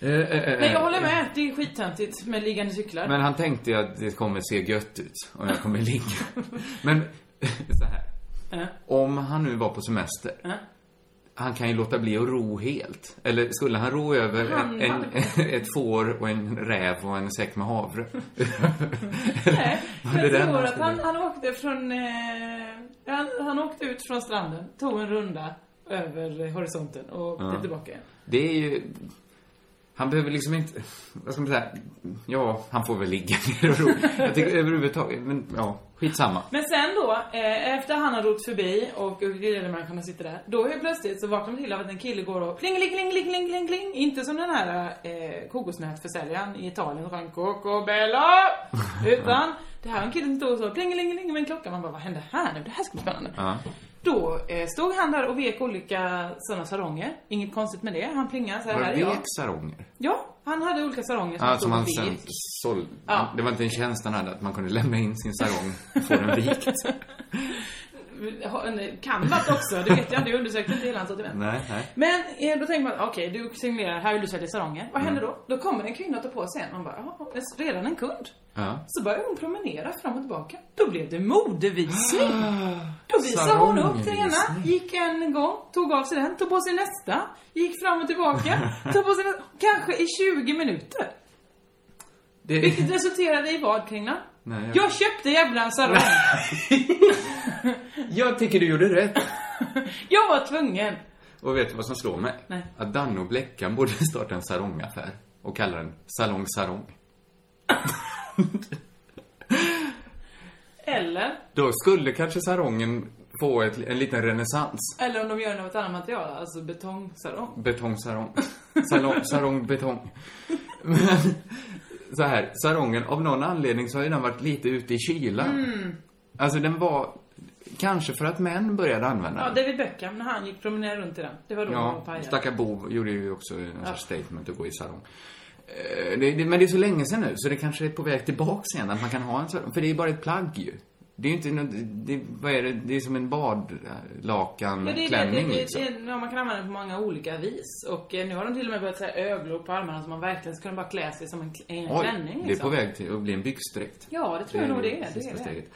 Speaker 3: Eh, eh, eh,
Speaker 2: Men jag
Speaker 3: eh.
Speaker 2: håller med. Det är skittöntigt med liggande cyklar.
Speaker 3: Men han tänkte ju att det kommer se gött ut om jag kommer ligga. Men (laughs) så här.
Speaker 2: Ja.
Speaker 3: Om han nu var på semester. Han kan ju låta bli att ro helt. Eller skulle han ro över
Speaker 2: Han-
Speaker 3: en,
Speaker 2: han-
Speaker 3: (laughs) ett får och en räv och en säck med havre? (laughs)
Speaker 2: Nej, (laughs)
Speaker 3: Var det
Speaker 2: jag
Speaker 3: den
Speaker 2: tror
Speaker 3: han
Speaker 2: att han,
Speaker 3: skulle-
Speaker 2: han åkte från... Eh, han, han åkte ut från stranden, tog en runda över horisonten och åkte
Speaker 3: Ja.
Speaker 2: tillbaka igen.
Speaker 3: Det är ju... Han behöver liksom inte... Vad ska man säga? Ja, han får väl ligga (laughs) ner och ro. Jag tycker överhuvudtaget... Men ja, skitsamma.
Speaker 2: Men sen då, eh, efter han har rott förbi och grillmänniskorna sitter där, då helt plötsligt så vaknar man till av att en kille går och pling, pling, pling, pling, pling, pling, pling. Inte som den här eh, kokosnötförsäljaren i Italien som sjöng Cocobello!
Speaker 3: (laughs)
Speaker 2: Utan det här var en kille som stod och så pling, pling, pling med en klocka. Man bara, vad hände här nu? Det här ska bli spännande.
Speaker 3: Ja.
Speaker 2: Då eh, stod han där och vek olika sådana saronger. Inget konstigt med det. Han plingade så här.
Speaker 3: Var
Speaker 2: här
Speaker 3: det
Speaker 2: är jag.
Speaker 3: leksaronger?
Speaker 2: Ja, han hade olika saronger som
Speaker 3: Ja, som
Speaker 2: stod
Speaker 3: han
Speaker 2: och
Speaker 3: sen
Speaker 2: vek.
Speaker 3: såld.
Speaker 2: Ja.
Speaker 3: Det var inte en tjänst han hade, att man kunde lämna in sin sarong och få den
Speaker 2: (laughs)
Speaker 3: vikt.
Speaker 2: Ha- en Canvat också, det vet jag inte. Jag undersökte inte hela hans sortiment.
Speaker 3: Nej, nej.
Speaker 2: Men eh, då tänker man, okej du signerar, här vill du sälja saronger. Vad händer
Speaker 3: Mm.
Speaker 2: då? Då kommer en kvinna och tar på sig en. Man bara, jaha, det är redan en kund.
Speaker 3: Ja.
Speaker 2: Så börjar hon promenera fram och tillbaka. Då blev det modevisning.
Speaker 3: Ah,
Speaker 2: Då visade hon
Speaker 3: Sarongervisning.
Speaker 2: upp den ena, gick en gång, tog av sig den, tog på sig nästa, gick fram och tillbaka,
Speaker 3: (laughs)
Speaker 2: tog på sig nästa, kanske i 20 minuter.
Speaker 3: Det...
Speaker 2: Vilket resulterade i vad, Kringlan?
Speaker 3: Nej, jag-
Speaker 2: jag... köpte jävla
Speaker 3: (laughs)
Speaker 2: en sarong.
Speaker 3: Jag tycker du gjorde rätt.
Speaker 2: jag var tvungen.
Speaker 3: Och vet du vad som slår mig?
Speaker 2: Nej.
Speaker 3: Att Danne och Bleckan borde (laughs) starta en sarongaffär och kalla den Salong Sarong.
Speaker 2: Eller
Speaker 3: Då skulle kanske sarongen få ett, en liten renässans.
Speaker 2: Eller om de gör det av ett annat material, alltså betongsarong.
Speaker 3: Betongsarong.
Speaker 2: (laughs)
Speaker 3: Salong, sarong, betong. Men, så här, sarongen, av någon anledning så har ju den varit lite ute i kylan.
Speaker 2: Mm.
Speaker 3: Alltså den var, kanske för att män började använda
Speaker 2: Ja,
Speaker 3: den.
Speaker 2: David Beckham, när han gick promenera runt i den. Det var då han var
Speaker 3: Ja,
Speaker 2: pajad.
Speaker 3: stackar Bov gjorde ju också en sorts statement att gå i sarong. Eh, Det, det, men det är så länge sedan nu, så det kanske är på väg tillbaks igen, att man kan ha en sarong. För det är ju bara ett plagg ju. Det är ju inte något, det, vad är det, det är som en badlakan,
Speaker 2: Ja, det, är det, det,
Speaker 3: klänning
Speaker 2: det,
Speaker 3: liksom.
Speaker 2: det, det, ja, man kan använda det på många olika vis. Och eh, nu har de till och med börjat säga öglor på armarna så man verkligen ska kunna bara klä sig som en, kl- en
Speaker 3: Oj,
Speaker 2: klänning. Liksom.
Speaker 3: det är på väg till att bli en byxdräkt.
Speaker 2: Ja, det tror jag nog det är. Det
Speaker 3: sista
Speaker 2: är det.
Speaker 3: steget.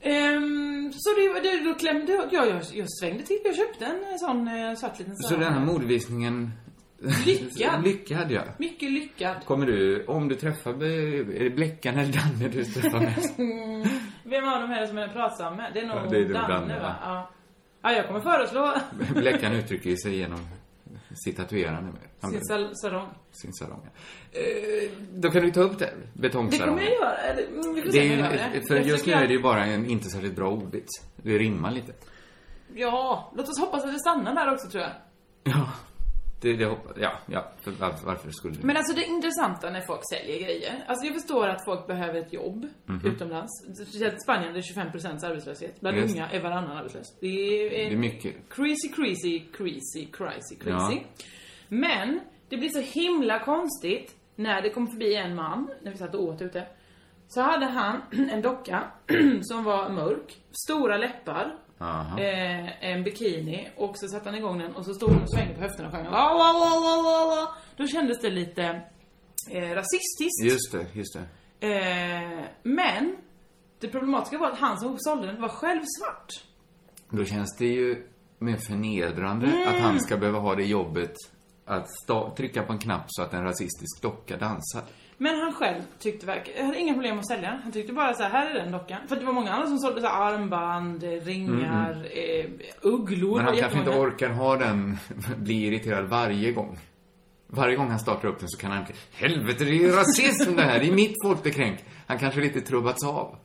Speaker 2: Ehm, så det, var- det, då klämde jag, jag, jag, jag svängde till. Jag köpte en eh, sån eh, svart liten
Speaker 3: Så den här modevisningen...
Speaker 2: Lyckad.
Speaker 3: Lyckad, ja.
Speaker 2: Mycket lyckad.
Speaker 3: Kommer du, om du träffar, eh, är det Bleckan eller Danne du träffar
Speaker 2: (laughs)
Speaker 3: mest?
Speaker 2: Vem av dem är det som jag pratar med? Det är nog
Speaker 3: Ja, det är nog
Speaker 2: Danne,
Speaker 3: Danne,
Speaker 2: va?
Speaker 3: va?
Speaker 2: Ja. ja, jag kommer
Speaker 3: (laughs)
Speaker 2: föreslå
Speaker 3: Bleckan uttrycker ju sig genom sitt tatuerande med. Han
Speaker 2: sin
Speaker 3: ber-
Speaker 2: sal- salong.
Speaker 3: sin sarong. Eh, då kan du ta upp det,
Speaker 2: Det kommer
Speaker 3: betongsarongen.
Speaker 2: jag göra. Eller, mm, Vi får
Speaker 3: Det
Speaker 2: se
Speaker 3: är
Speaker 2: om jag
Speaker 3: ju,
Speaker 2: gör det.
Speaker 3: för
Speaker 2: Jag
Speaker 3: just nu
Speaker 2: försöker-
Speaker 3: är det ju bara en inte särskilt bra ordvits. Det rimmar lite.
Speaker 2: Ja, låt oss hoppas att det stannar där också tror jag.
Speaker 3: Ja. Det, det hoppas, ja, ja. För, varför, varför skulle det?
Speaker 2: Men alltså det intressanta när folk säljer grejer. Alltså jag förstår att folk behöver ett jobb
Speaker 3: Mhm.
Speaker 2: utomlands. Speciellt i Spanien där det är 25% arbetslöshet. Bland
Speaker 3: Just.
Speaker 2: unga är varannan arbetslös. Det är,
Speaker 3: Det är mycket.
Speaker 2: crazy, crazy, crazy, crazy, crazy.
Speaker 3: Ja.
Speaker 2: Men det blir så himla konstigt när det kom förbi en man, när vi satt och åt ute. Så hade han (clears throat) en docka som var mörk, stora läppar,
Speaker 3: Aha.
Speaker 2: eh, en bikini och så satte han igång den och så stod hon och svängde på höfterna och sjöng la, la, la, la, la, la. Då kändes det lite eh, rasistiskt.
Speaker 3: Just det, just det.
Speaker 2: Eh, men det problematiska var att han som sålde den var själv svart.
Speaker 3: Då känns det ju mer förnedrande
Speaker 2: Mm.
Speaker 3: att han ska behöva ha det jobbet att sta- trycka på en knapp så att en rasistisk docka dansar.
Speaker 2: Men han själv tyckte verkligen, jag hade inga problem att sälja den. Han tyckte bara så här, här är den dockan. För det var många andra som sålde så här armband, eh, ringar, eh, ugglor.
Speaker 3: Mm. Men
Speaker 2: var
Speaker 3: han kanske inte
Speaker 2: jättemånga.
Speaker 3: orkar ha den, (laughs) bli irriterad varje gång. Varje gång han startar upp den så kan han inte, helvete det är ju rasism det här, det är mitt folk det kränk. Han kanske lite trubbats av.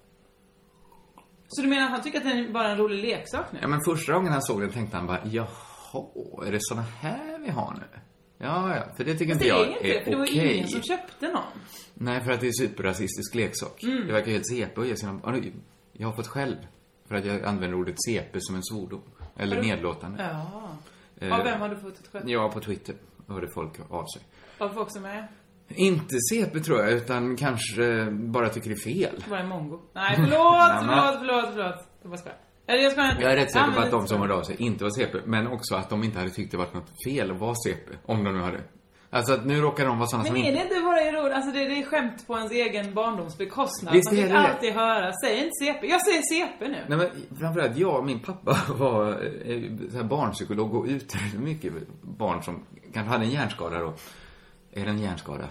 Speaker 2: Så du menar att han tycker att den är bara en rolig leksak nu?
Speaker 3: Ja men första gången han såg den tänkte han bara, jaha, är det såna här vi har nu? Ja, ja, för det tycker inte
Speaker 2: det
Speaker 3: jag
Speaker 2: är
Speaker 3: är
Speaker 2: inte det, för
Speaker 3: okej.
Speaker 2: det var ingen som köpte någon.
Speaker 3: Nej, för att det är superrasistisk leksak.
Speaker 2: Mm.
Speaker 3: Det verkar helt CP att ge sina... Ja, nu- Jag har fått själv för att jag använder ordet CP som en svordom. Eller nedlåtande.
Speaker 2: Ja.
Speaker 3: Eh,
Speaker 2: Av vem har du fått ett skämt?
Speaker 3: Ja, på Twitter hörde folk av sig.
Speaker 2: Av folk som är?
Speaker 3: Inte CP tror jag, utan kanske eh, bara tycker det är fel.
Speaker 2: Bara en mongo. Nej, förlåt,
Speaker 3: Mamma.
Speaker 2: förlåt, förlåt, förlåt. Jag bara skojar. Eller jag skojar inte.
Speaker 3: Jag är rätt säker på
Speaker 2: Använd
Speaker 3: att de
Speaker 2: inte
Speaker 3: som
Speaker 2: så.
Speaker 3: hörde av sig inte var CP, men också att de inte hade tyckt det varit något fel att vara CP. Om de nu hade... Alltså att nu råkar de vara såna som
Speaker 2: Men är
Speaker 3: inte...
Speaker 2: det inte bara roligt? Alltså det, det är skämt på ens egen barndoms bekostnad.
Speaker 3: Visst
Speaker 2: Man
Speaker 3: är
Speaker 2: fick
Speaker 3: det det.
Speaker 2: alltid höra, säg inte CP. Jag säger CP nu.
Speaker 3: Nej men framförallt jag och min pappa (laughs) var eh, så här barnpsykolog och utredde mycket barn som kanske hade en hjärnskada då. Är det en hjärnskada?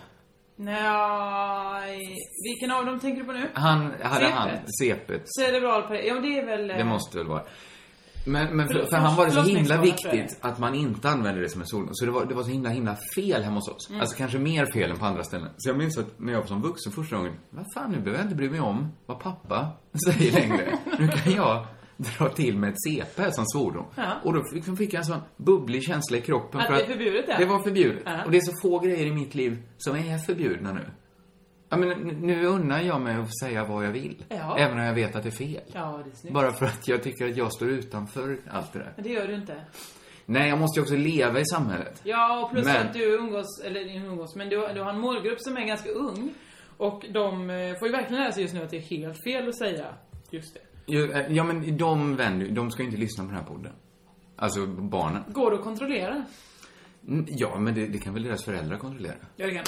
Speaker 2: Nej, vilken av dem tänker du på nu?
Speaker 3: Han, hade
Speaker 2: Sepet.
Speaker 3: han, sepet.
Speaker 2: Cerebral pare- Ja, men det är väl... eh,
Speaker 3: Det måste väl vara. Men, men för,
Speaker 2: Förlåt-
Speaker 3: för han var det så himla
Speaker 2: förlossningsskada, tror jag
Speaker 3: viktigt att man inte använde det som en solglasögon. Så det var, det var så himla, himla fel hemma hos
Speaker 2: Mm.
Speaker 3: oss. Alltså kanske mer fel än på andra ställen. Så jag minns att när jag var som vuxen första gången, vad fan nu behöver jag inte bry mig om vad pappa (laughs) säger längre. nu kan jag dra till med ett CP här som svordom.
Speaker 2: Ja.
Speaker 3: Och då fick, fick jag en sån bubblig känsla i kroppen.
Speaker 2: Att det är förbjudet, ja.
Speaker 3: Det var förbjudet.
Speaker 2: Ja.
Speaker 3: Och det är så få grejer i mitt liv som är förbjudna nu. Ja, men nu- nu unnar jag mig att säga vad jag vill.
Speaker 2: Ja.
Speaker 3: Även om jag vet att det är fel.
Speaker 2: Ja, det är snyggt.
Speaker 3: Bara för att jag tycker att jag står utanför allt det där.
Speaker 2: Men det gör du inte.
Speaker 3: Nej, jag måste ju också leva i samhället.
Speaker 2: Ja, och plus
Speaker 3: Men-
Speaker 2: att du umgås, eller inte umgås, men du, du har en målgrupp som är ganska ung. Och de eh, får ju verkligen lära sig just nu att det är helt fel att säga just det.
Speaker 3: Ju- eh, Ja, men de vänner, de ska ju inte lyssna på den här podden. Alltså barnen.
Speaker 2: Går det att kontrollera?
Speaker 3: Mm, Ja, men det, det kan väl deras föräldrar kontrollera?
Speaker 2: Gör det gärna.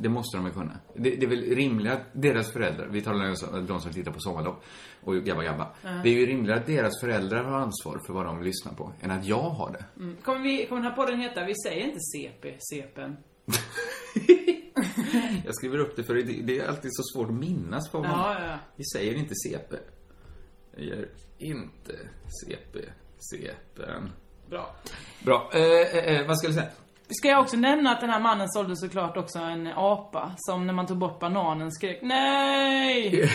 Speaker 3: Det måste de ju kunna. Det, det är väl rimligt att deras föräldrar, vi talar nu om de som tittar på Sommarlopp och Gabba Gabba. Det är ju rimligt att deras föräldrar har ansvar för vad de lyssnar på, än att jag har det.
Speaker 2: Mm. Kommer, vi, kommer den här podden heta Vi säger inte CP, (laughs) CPn?
Speaker 3: Jag skriver upp det för det, det är alltid så svårt att minnas vad man...
Speaker 2: Ja, ja, ja.
Speaker 3: Vi säger inte CP. Vi gör inte CP, CPn.
Speaker 2: Bra.
Speaker 3: Bra. Eh, eh, eh, vad skulle jag säga?
Speaker 2: Ska jag också nämna att den här mannen (laughs) sålde såklart också en apa som när man tog bort bananen skrek NEJ!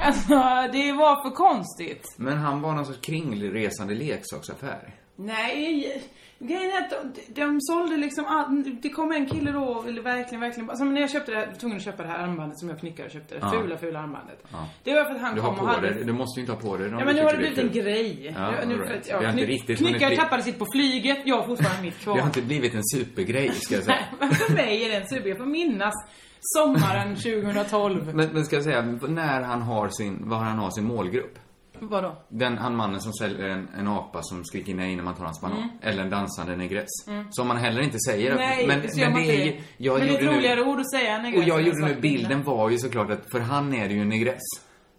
Speaker 2: Alltså, det var för konstigt.
Speaker 3: Men han var någon sorts kringresande leksaksaffär.
Speaker 2: Nej, grejen är att de, de sålde liksom all, Det kom en kille då och ville verkligen, verkligen... Alltså när jag köpte det här, var tvungen att köpa det här armbandet som jag knickade och köpte. Det fula, fula armbandet. Det var för att han
Speaker 3: Du
Speaker 2: kom
Speaker 3: har
Speaker 2: och
Speaker 3: på
Speaker 2: hade...
Speaker 3: dig, du måste ju inte ha på dig dem
Speaker 2: Ja
Speaker 3: du
Speaker 2: men nu
Speaker 3: tycker
Speaker 2: har det blivit
Speaker 3: är
Speaker 2: en
Speaker 3: kul.
Speaker 2: grej.
Speaker 3: Ja,
Speaker 2: Jag- nu,
Speaker 3: all
Speaker 2: för
Speaker 3: right.
Speaker 2: att jag
Speaker 3: Vi har inte
Speaker 2: knick-
Speaker 3: riktigt hunnit
Speaker 2: knickare
Speaker 3: bli-
Speaker 2: tappade sitt på flyget, jag har fortfarande mitt kvar.
Speaker 3: Det har inte blivit en supergrej, ska jag säga.
Speaker 2: (laughs) Nej, men (laughs) för mig är det en super. Jag får minnas
Speaker 3: (laughs)
Speaker 2: sommaren 2012.
Speaker 3: Men, men ska jag säga, när han har sin, var han har sin målgrupp?
Speaker 2: Vadå?
Speaker 3: Den han mannen som säljer en, en apa som skriker nej när man tar hans banan. Eller en dansande negress. Som man heller inte säger.
Speaker 2: Mm. Nej,
Speaker 3: men,
Speaker 2: det gör man
Speaker 3: är ju-
Speaker 2: inte.
Speaker 3: jag
Speaker 2: men det är
Speaker 3: gjorde
Speaker 2: ett
Speaker 3: nu-
Speaker 2: roligare ord att säga än en
Speaker 3: Och
Speaker 2: grej som
Speaker 3: jag gjorde
Speaker 2: sa
Speaker 3: nu,
Speaker 2: innan.
Speaker 3: bilden var ju såklart att för han är det ju en negress.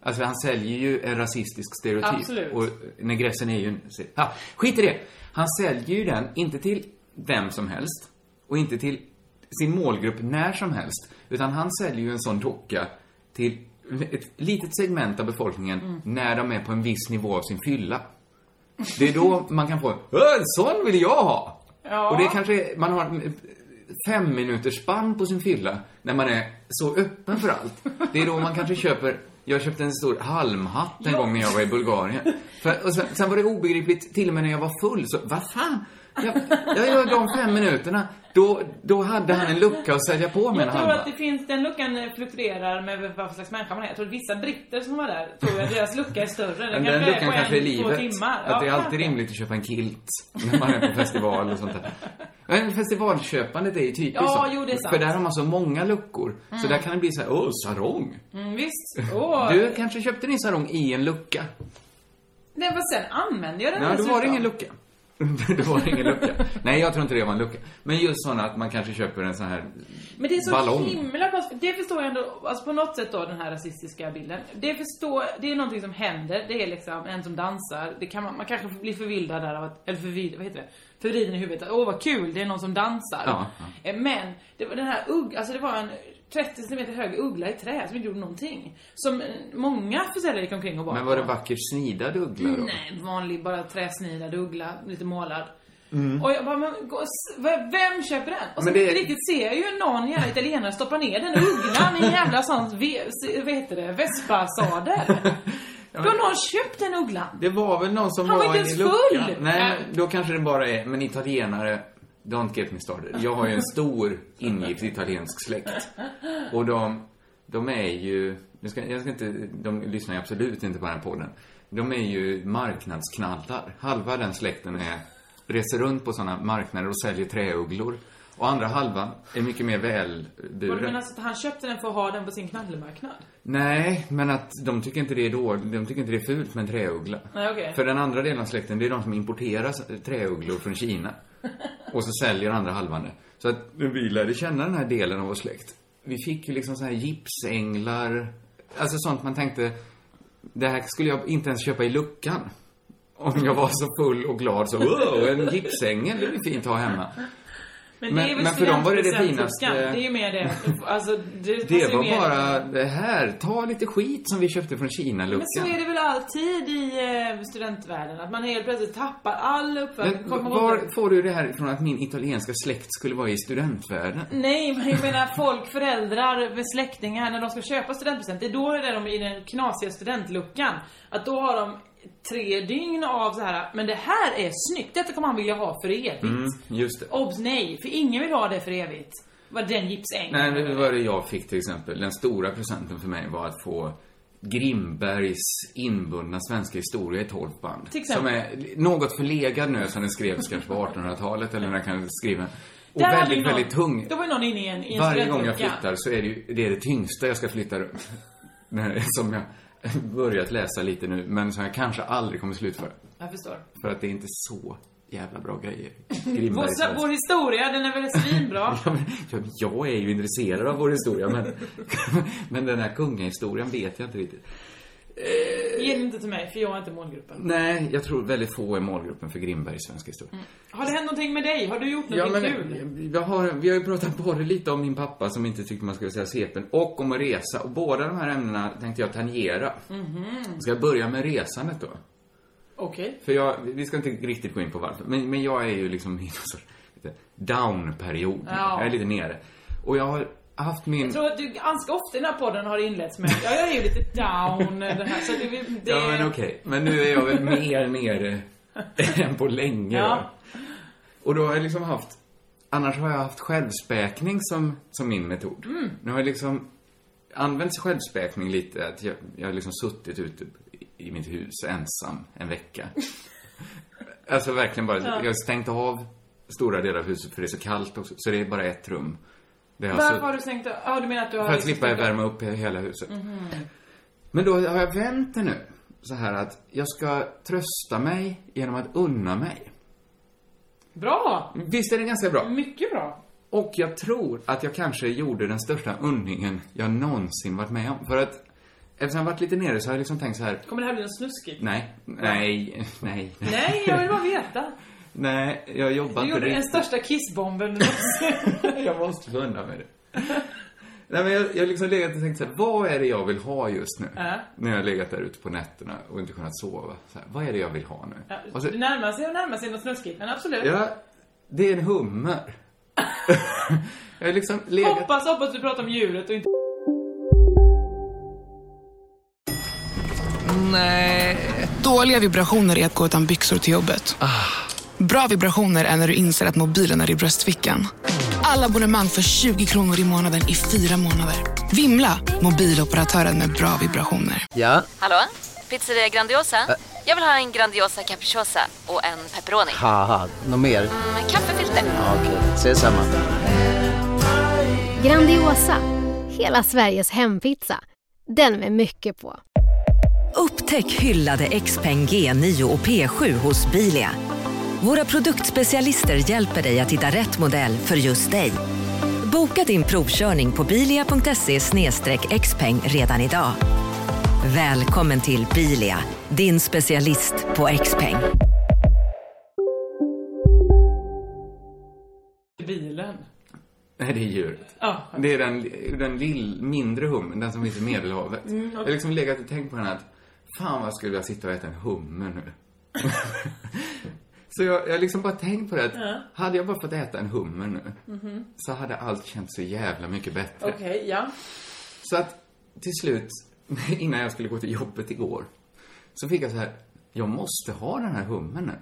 Speaker 3: Alltså han säljer ju en rasistisk stereotyp.
Speaker 2: Absolut.
Speaker 3: Och negressen är ju en... Ha, skit i det! Han säljer ju den, inte till vem som helst. Och inte till sin målgrupp när som helst. Utan han säljer ju en sån docka till ett litet segment av befolkningen
Speaker 2: Mm.
Speaker 3: när de är på en viss nivå av sin fylla. Det är då man kan få "Ö, en sån vill jag ha!
Speaker 2: Ja.
Speaker 3: Och det kanske är, man har en fem minuters spann på sin fylla när man är så öppen för allt. Det är då man kanske köper jag köpte en stor halmhatt en gång när jag var i Bulgarien. För, och sen, sen var det obegripligt, till och med när jag var full, så vad fan? Jag, jag gör de fem minuterna. Då, då hade han en lucka att sälja på med en
Speaker 2: Jag tror att
Speaker 3: halmhatt.
Speaker 2: det finns, den luckan eh, fluktuerar med vad för slags människa man är. Jag tror att vissa britter som var där, tror jag deras lucka är större.
Speaker 3: Men
Speaker 2: kanske
Speaker 3: den luckan
Speaker 2: på
Speaker 3: kanske är
Speaker 2: en, två
Speaker 3: livet.
Speaker 2: Timmar.
Speaker 3: Att det är
Speaker 2: Ja,
Speaker 3: alltid
Speaker 2: kanske.
Speaker 3: rimligt att köpa en kilt när man är på festival och sånt där. Men festivalköpandet är ju typiskt
Speaker 2: Ja,
Speaker 3: så.
Speaker 2: jo, det är sant.
Speaker 3: För där har man så många luckor. Så där kan det bli så här, åh, sarong.
Speaker 2: Mm, visst. Åh.
Speaker 3: Du kanske köpte din sarong i en lucka.
Speaker 2: Nej, men sen använde jag den
Speaker 3: Nej, då var det
Speaker 2: dessutom.
Speaker 3: ingen lucka. (laughs) det var ingen lucka. Nej, jag tror inte det var en lucka. Men just sådana att man kanske köper en sån här
Speaker 2: Men det är så
Speaker 3: ballong.
Speaker 2: himla konstigt. Det förstår jag ändå, alltså på något sätt då den här rasistiska bilden. Det förstår, det är någonting som händer. Det är liksom en som dansar. Det kan man, man kanske blir förvildad där av att, eller förvirrad, vad heter det? Förvriden i huvudet. Att, Åh vad kul, det är någon som dansar.
Speaker 3: Ja,
Speaker 2: Eh, Men, det var den här ugg, alltså det var en 30 cm hög uggla i trä som inte gjorde någonting. Som eh, många försäljare gick omkring och bara
Speaker 3: Men var det vacker snidad uggla då?
Speaker 2: Nej, vanlig bara träsnidad uggla, lite målad. Och jag bara, men, gå- s- v- vem köper den? Och så
Speaker 3: Mm. Men det-
Speaker 2: inte riktigt ser jag ju någon jävla italienare stoppa ner den ugglan i en jävla sån, ve- s- vad heter det,
Speaker 3: (laughs)
Speaker 2: vespa-sadel. Då har någon köpt den ugglan.
Speaker 3: Det var väl någon som
Speaker 2: Han var
Speaker 3: var
Speaker 2: inte
Speaker 3: i
Speaker 2: ens
Speaker 3: luckan.
Speaker 2: full!
Speaker 3: Nej, men då kanske det bara är, men italienare, don't get me started. Jag har ju en stor ingift italiensk släkt. Och de, de är ju, jag ska, jag ska inte, de lyssnar ju absolut inte på den här podden. De är ju marknadsknallar. Halva den släkten är, reser runt på sådana marknader och säljer träugglor. Och andra halvan är mycket mer
Speaker 2: Och du
Speaker 3: välburen.
Speaker 2: menar alltså att han köpte den för att ha den på sin knallemarknad?
Speaker 3: Nej, men att de tycker inte det är dåligt, de tycker inte det är fult med en träuggla.
Speaker 2: Nej, okej.
Speaker 3: För den andra delen av släkten, det är de som importerar s- träugglor från
Speaker 2: (laughs)
Speaker 3: Kina. Och så säljer andra halvan det. Så att vi lärde känna den här delen av vår släkt. Vi fick ju liksom så här gipsänglar, alltså sånt man tänkte, det här skulle jag inte ens köpa i luckan. Om jag var så full och glad så, wow, en gipsängel, det är fint att ha
Speaker 2: (laughs)
Speaker 3: hemma.
Speaker 2: Men,
Speaker 3: Men-
Speaker 2: det är väl
Speaker 3: men för dem var det det
Speaker 2: studentpresent-
Speaker 3: finaste-
Speaker 2: Det är ju mer det. Alltså, det, passar
Speaker 3: Det
Speaker 2: ju
Speaker 3: var
Speaker 2: mer-
Speaker 3: bara, det här, ta lite skit som vi köpte från Kina-luckan.
Speaker 2: Men så är det väl alltid i eh, studentvärlden, att man helt plötsligt tappar all uppfattning.
Speaker 3: Men
Speaker 2: Kommer ihåg-
Speaker 3: var får du det här ifrån att min italienska släkt skulle vara i studentvärlden?
Speaker 2: Nej, men jag menar folk, föräldrar, med släktingar, när de ska köpa studentpresent, det är då det är de i den knasiga studentluckan. Att då har de tre dygn av så här, men det här är snyggt, detta kommer han vilja ha för evigt.
Speaker 3: Mm. Just det.
Speaker 2: Obs, nej, för ingen vill ha det för evigt. Var den gipsängen?
Speaker 3: Nej, men det var det jag fick till exempel. Den stora presenten för mig var att få Grimbergs inbundna svenska historia i tolv band.
Speaker 2: Till exempel.
Speaker 3: Som är något förlegad nu som den skrevs kanske på 1800-talet eller när den kan skriven. Och
Speaker 2: Där hade
Speaker 3: väldigt,
Speaker 2: ju någon-
Speaker 3: väldigt tung.
Speaker 2: Då var ju någon inne i en, i en
Speaker 3: Varje gång jag
Speaker 2: studentlucka.
Speaker 3: flyttar så är det ju, det är det tyngsta jag ska flytta runt. (laughs) Nej, som jag börjat läsa lite nu, men som jag kanske aldrig kommer slutföra.
Speaker 2: Jag förstår.
Speaker 3: För att det är inte så jävla bra (laughs) grejer.
Speaker 2: Vår,
Speaker 3: Grimbergs
Speaker 2: vår historia, den är väl svinbra?
Speaker 3: (laughs) Ja, men jag- Jag är ju intresserad av vår historia, men, (laughs) men den här kungahistorien vet jag inte riktigt.
Speaker 2: Ge den inte till mig, för jag är inte målgruppen.
Speaker 3: Nej, jag tror väldigt få är målgruppen för Grimbergs svenska historia.
Speaker 2: Har det hänt någonting med dig? Har du gjort
Speaker 3: Ja,
Speaker 2: någonting
Speaker 3: men
Speaker 2: kul?
Speaker 3: jag har, vi har ju pratat både lite om min pappa som inte tyckte man skulle säga sepen och om att resa. Och båda de här ämnena tänkte jag tangera.
Speaker 2: Mhm.
Speaker 3: Ska jag börja med resandet då?
Speaker 2: Okej.
Speaker 3: För jag, vi ska inte riktigt gå in på varför, men, men jag är ju liksom i någon sorts lite down-period.
Speaker 2: Ja.
Speaker 3: Jag är lite nere. Och jag har haft min...
Speaker 2: Jag tror att du ganska ofta i den här podden har inletts med Ja, jag är ju lite down den här, så det, det
Speaker 3: Ja, men okej. Men nu är jag väl mer nere (laughs) än på länge.
Speaker 2: Ja.
Speaker 3: va? Och då har jag liksom haft... Annars har jag haft självspäkning som, som min metod.
Speaker 2: Mm.
Speaker 3: Nu har jag liksom använt självspäkning lite. Att jag, jag har liksom suttit ute i mitt hus ensam en vecka.
Speaker 2: (laughs)
Speaker 3: alltså verkligen bara... Jag har stängt av stora delar av huset för det är så kallt också. Så det är bara ett rum. Där jag har
Speaker 2: Varför
Speaker 3: sutt-
Speaker 2: har du sänkt av? Ja, du menar att du har...
Speaker 3: Alltså- för att slippa
Speaker 2: liksom-
Speaker 3: värma upp hela huset.
Speaker 2: Mm-hmm.
Speaker 3: Men då har jag vänt det nu. Så här att jag ska trösta mig genom att unna mig.
Speaker 2: Bra!
Speaker 3: Visst är det ganska bra?
Speaker 2: Mycket bra.
Speaker 3: Och jag tror att jag kanske gjorde den största unningen jag någonsin varit med om. För att eftersom jag varit lite nere så har jag liksom tänkt så här.
Speaker 2: Kommer det här bli en snuskig?
Speaker 3: Nej, nej, nej, nej.
Speaker 2: Nej, jag vill bara veta.
Speaker 3: Nej, jag jobbar
Speaker 2: Du
Speaker 3: inte
Speaker 2: gjorde den
Speaker 3: riktigt.
Speaker 2: största kissbomben någonsin.
Speaker 3: (laughs) jag måste få undan mig det. Nej, men jag jag har liksom legat och tänkt så här, vad är det jag vill ha just nu?
Speaker 2: Ja.
Speaker 3: När jag har legat där ute på nätterna och inte kunnat sova. Så här, vad är det jag vill ha nu?
Speaker 2: Ja,
Speaker 3: Och så,
Speaker 2: Det närmar sig och närmar sig något snuskigt, men absolut.
Speaker 3: ja, det är en hummer. (laughs) jag har liksom legat...
Speaker 2: Hoppas, hoppas du pratar om djuret och inte...
Speaker 4: Dåliga vibrationer är att gå utan byxor till jobbet. Bra vibrationer är när du inser att mobilen är i bröstfickan. Alla abonnemang för 20 kronor i månaden i fyra månader. Vimla! Mobiloperatören med bra vibrationer.
Speaker 5: Ja,
Speaker 6: Hallå? Pizzeria Grandiosa? Jag vill ha en Grandiosa capriciosa och en pepperoni.
Speaker 5: haha, något mer?
Speaker 6: Med kaffefilter.
Speaker 5: Ja, Okej, ses samma.
Speaker 7: Grandiosa, hela Sveriges hempizza. Den med mycket på.
Speaker 6: Upptäck hyllade Xpeng G9 och P7 hos Bilia. Våra produktspecialister hjälper dig att hitta rätt modell för just dig. Boka din provkörning på bilia.se xpeng redan idag. Välkommen till Bilia, din specialist på Xpeng.
Speaker 2: i bilen.
Speaker 3: Nej, det är djuret.
Speaker 2: Ja.
Speaker 3: Det är den, den lill, mindre hummen, den som finns i Medelhavet. Jag har liksom legat och tänkt på den här att, fan vad skulle jag sitta och äta en hummer nu. (laughs) så jag jag har liksom bara tänkt på det att, hade jag bara fått äta en hummer nu, så hade allt känts så jävla mycket bättre.
Speaker 2: Okej, ja.
Speaker 3: Så att till slut, (laughs) innan jag skulle gå till jobbet igår, så fick jag så här, jag måste ha den här hummen nu.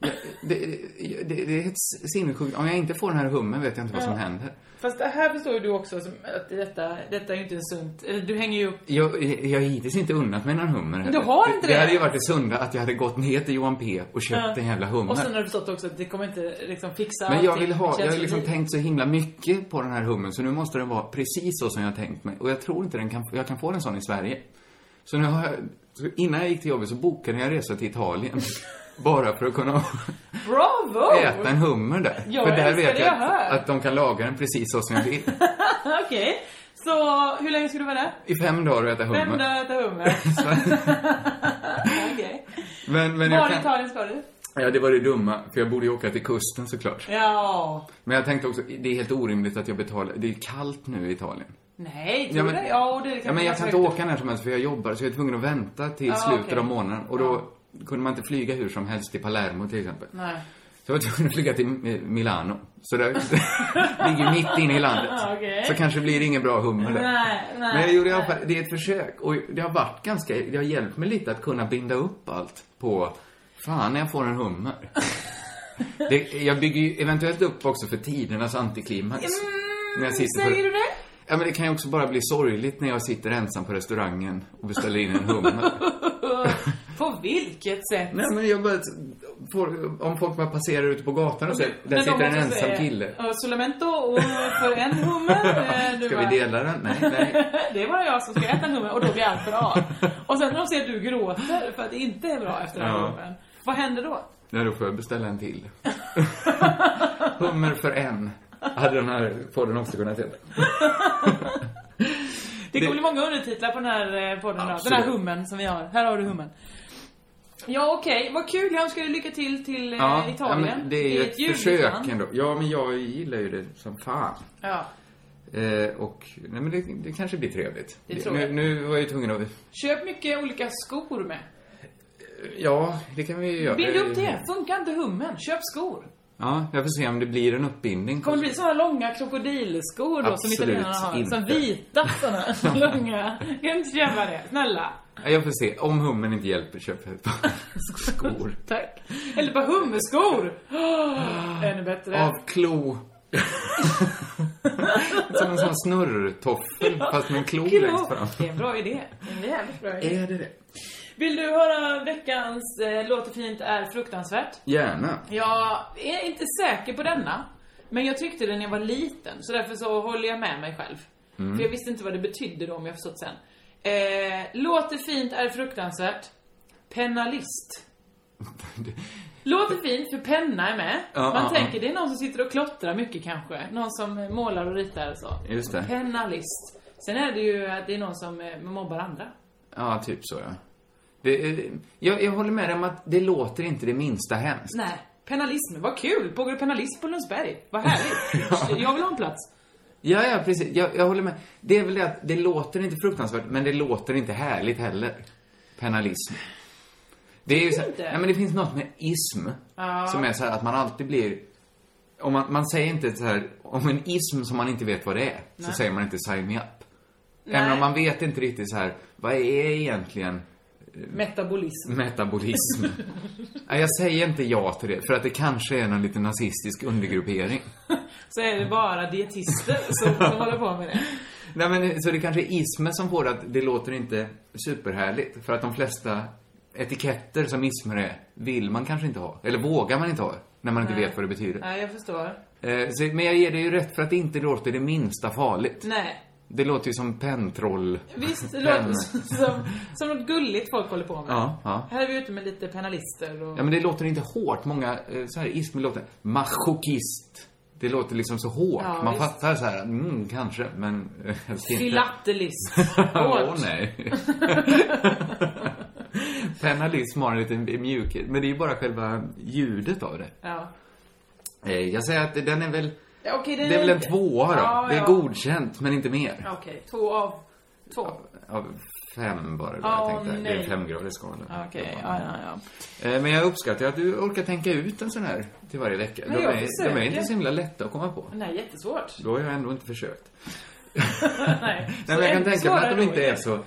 Speaker 3: Jag- Det, det, det, det är helt sinnessjukt. Om jag inte får den här hummen vet jag inte vad som händer.
Speaker 2: Fast det här förstår ju du också som att detta, detta är ju inte en sunt... eller Du hänger ju upp...
Speaker 3: Jag, jag har hittills inte unnat mig någon hummer heller.
Speaker 2: Du har
Speaker 3: det?
Speaker 2: inte det?
Speaker 3: Det hade ju varit det sunda att jag hade gått ner till Johan P och köpt en jävla hummer.
Speaker 2: Och sen har du förstått också att det kommer inte liksom fixa
Speaker 3: Men jag
Speaker 2: allting.
Speaker 3: vill ha, jag har
Speaker 2: Känns
Speaker 3: liksom
Speaker 2: det-
Speaker 3: tänkt så himla mycket på den här hummen så nu måste den vara precis så som jag har tänkt mig. Och jag tror inte den kan, jag kan få en sån i Sverige. Så nu har jag, så innan jag gick till jobbet så bokade jag en resa till Italien. (laughs) bara för att kunna
Speaker 2: Bravo!
Speaker 3: äta en hummer där.
Speaker 2: Oh. Jag
Speaker 3: för där
Speaker 2: älskar
Speaker 3: vet
Speaker 2: det
Speaker 3: jag
Speaker 2: jag hör.
Speaker 3: att, att de kan laga den precis så som jag vill.
Speaker 2: Okej. Så, hur länge ska du vara där?
Speaker 3: I fem dagar och äta
Speaker 2: Fem
Speaker 3: hummer.
Speaker 2: dagar äta hummer. Okej.
Speaker 3: (laughs) Men, men
Speaker 2: Var
Speaker 3: jag
Speaker 2: i
Speaker 3: kan,
Speaker 2: Italien ska du?
Speaker 3: Ja, det var det dumma. För jag borde ju åka till kusten såklart.
Speaker 2: Ja.
Speaker 3: Men jag tänkte också, det är helt orimligt att jag betalar. Det är kallt nu i Italien.
Speaker 2: Nej,
Speaker 3: Ja,
Speaker 2: tror du
Speaker 3: men-
Speaker 2: det? Ja, och det kan
Speaker 3: Ja, men jag
Speaker 2: vara
Speaker 3: kan inte
Speaker 2: högt
Speaker 3: åka när som helst för jag jobbar så jag är tvungen att vänta till
Speaker 2: Ja,
Speaker 3: slutet
Speaker 2: okej. Ah.
Speaker 3: av månaden. Och då kunde man inte flyga hur som helst till Palermo till exempel.
Speaker 2: Nej.
Speaker 3: Så jag var tvungen att flyga till eh, Milano. Så det (laughs) ligger mitt inne i landet.
Speaker 2: Ah, Okej.
Speaker 3: Så kanske blir det ingen bra hummer där.
Speaker 2: Nej, nej,
Speaker 3: men jag gjorde i alla fall, det är ett försök. Och det har varit ganska, det har hjälpt mig lite att kunna binda upp allt på, fan när jag får en hummer. det, jag bygger ju eventuellt upp också för tidernas antiklimax. när jag sitter på-
Speaker 2: Mm, Säger du det?
Speaker 3: Ja, men det kan ju också bara bli sorgligt när jag sitter ensam på restaurangen och beställer in en
Speaker 2: (laughs)
Speaker 3: hummer.
Speaker 2: På vilket sätt?
Speaker 3: Nej, men jag bara... folk- Om folk bara passerar ute på gatan och säger, där
Speaker 2: Men de
Speaker 3: sitter en
Speaker 2: måste
Speaker 3: ensam
Speaker 2: säga,
Speaker 3: kille.
Speaker 2: "Ja, Solamento och för en hummer. eh,
Speaker 3: (laughs)
Speaker 2: du
Speaker 3: Ska
Speaker 2: bara,
Speaker 3: vi dela den? Nej, nej.
Speaker 2: Det var jag som ska äta en hummer och då blir allt bra. Och sen när de ser att du gråter för att det inte är bra efter den här
Speaker 3: Ja.
Speaker 2: hummern. Vad händer då?
Speaker 3: Nej, då får jag beställa en (laughs) till. Hummer för en. Hade den här podden också kunnat heta.
Speaker 2: Det kommer bli många undertitlar på den här eh, podden idag. Den här
Speaker 3: Absolut.
Speaker 2: hummen som vi har. Här har du hummen. Ja okej, vad kul. Jag önskar dig lycka till till eh,
Speaker 3: Ja, ja,
Speaker 2: Italien.
Speaker 3: men det är ju ett
Speaker 2: ljuvligt land.
Speaker 3: försök ändå. Ja, men jag gillar ju det som fan.
Speaker 2: Ja.
Speaker 3: Eh, och, nej men det, det kanske blir trevligt.
Speaker 2: Det tror jag.
Speaker 3: Nu, nu var jag ju tvungen att
Speaker 2: Köp mycket olika skor med.
Speaker 3: Ja, det kan vi ju göra.
Speaker 2: Bind upp det. Funkar inte hummen, köp skor.
Speaker 3: Ja, jag får se om det blir en uppbindning.
Speaker 2: Kommer det bli såna långa krokodilskor då som
Speaker 3: Absolut
Speaker 2: italienarna har? Som
Speaker 3: inte.
Speaker 2: vita såna
Speaker 3: (laughs)
Speaker 2: långa. Kan du inte köpa det? Snälla.
Speaker 3: Ja, Jag får se. Om hummen inte hjälper, köper jag ett
Speaker 2: (laughs)
Speaker 3: par skor.
Speaker 2: Tack. Eller bara hummerskor. (gasps) Åh, ännu bättre.
Speaker 3: Av klo. (laughs) Som en sån snurrtoffel, fast med en klo
Speaker 2: Kul.
Speaker 3: längst fram.
Speaker 2: Det är en bra idé. En jävligt bra idé.
Speaker 3: Är det det?
Speaker 2: Vill du höra veckans eh, låter fint är fruktansvärt?
Speaker 3: Gärna.
Speaker 2: Jag är inte säker på denna. Men jag tyckte den när jag var liten, så därför så håller jag med mig själv.
Speaker 3: Mm.
Speaker 2: För jag visste inte vad det betydde då, om jag förstått sen. Eh, låter fint är fruktansvärt.
Speaker 3: (laughs)
Speaker 2: Pennalist. Låter fint, för penna är med.
Speaker 3: Ja,
Speaker 2: Man
Speaker 3: ja, ja.
Speaker 2: tänker, det är någon som sitter och klottrar mycket kanske. Någon som eh, målar och ritar och så.
Speaker 3: Just det.
Speaker 2: Pennalist. Sen är det ju att det är någon som eh, mobbar andra.
Speaker 3: Ja, typ så ja. Det, är- jag, jag håller med dig om att det låter inte det minsta hemskt.
Speaker 2: Nej. Pennalism, vad kul! Pågår det pennalist på Lundsberg? Vad
Speaker 3: (laughs)
Speaker 2: härligt! Jag vill ha en plats.
Speaker 3: Ja, ja, precis. Jag, jag håller med. Det är väl det att det låter inte fruktansvärt, men det låter inte härligt heller. Penalism. Det är ju så här,
Speaker 2: inte.
Speaker 3: nej, men det finns något med ism
Speaker 2: Ja.
Speaker 3: som är så här att man alltid blir... Om man, man säger inte så här, om en ism som man inte vet vad det är, så
Speaker 2: Nej.
Speaker 3: säger man inte sign me up. Även
Speaker 2: Nej.
Speaker 3: om man vet inte riktigt så här, vad är egentligen
Speaker 2: Metabolism.
Speaker 3: Mm. metabolism? nej, jag säger inte ja till det, för att det kanske är någon lite nazistisk undergruppering.
Speaker 2: så är det bara dietister som som håller på med det.
Speaker 3: Nej men så det kanske är ismen som får det att det låter inte superhärligt. För att de flesta etiketter som ismer är, vill man kanske inte ha. Eller vågar man inte ha. När man inte
Speaker 2: Nej.
Speaker 3: vet vad det betyder.
Speaker 2: Nej, jag förstår.
Speaker 3: Eh, så, men jag ger dig ju rätt för att det inte låter det minsta farligt.
Speaker 2: Nej.
Speaker 3: Det låter ju som pentroll.
Speaker 2: Visst, det
Speaker 3: Pen-
Speaker 2: låter som, som något gulligt folk håller på med.
Speaker 3: Ja, ja.
Speaker 2: Här är vi ute med lite penalister och...
Speaker 3: Ja men det låter inte hårt. Många eh, så här ismer låter machokist. Det låter liksom så hårt.
Speaker 2: Ja,
Speaker 3: man
Speaker 2: visst.
Speaker 3: fattar så här, mm, kanske, men... eh, helst inte.
Speaker 2: Filatelist.
Speaker 3: (laughs) Åh
Speaker 2: Hårt.
Speaker 3: nej. (laughs) Pennalism har en liten mjukhet, men det är ju bara själva ljudet av det.
Speaker 2: Ja.
Speaker 3: Eh, Jag säger att den är väl,
Speaker 2: Ja, Okej,
Speaker 3: det är väl en tvåa då.
Speaker 2: Ja,
Speaker 3: det är
Speaker 2: ja.
Speaker 3: godkänt, men inte mer.
Speaker 2: Ja, Okej, två av två. Ja,
Speaker 3: Av fem var det
Speaker 2: Åh,
Speaker 3: jag tänkte. Det är
Speaker 2: nej.
Speaker 3: en femgradig skala.
Speaker 2: Okej, ja, ja, ja.
Speaker 3: Eh, Men jag uppskattar att du orkar tänka ut en sån här till varje vecka.
Speaker 2: Men
Speaker 3: De
Speaker 2: jag
Speaker 3: är, de
Speaker 2: försöker.
Speaker 3: är inte så himla lätta att komma på.
Speaker 2: Nej, jättesvårt.
Speaker 3: Då har jag ändå inte försökt.
Speaker 2: Nej,
Speaker 3: Nej,
Speaker 2: så
Speaker 3: men jag
Speaker 2: en-
Speaker 3: kan tänka mig
Speaker 2: svårare
Speaker 3: att de
Speaker 2: då
Speaker 3: inte
Speaker 2: ju.
Speaker 3: är så...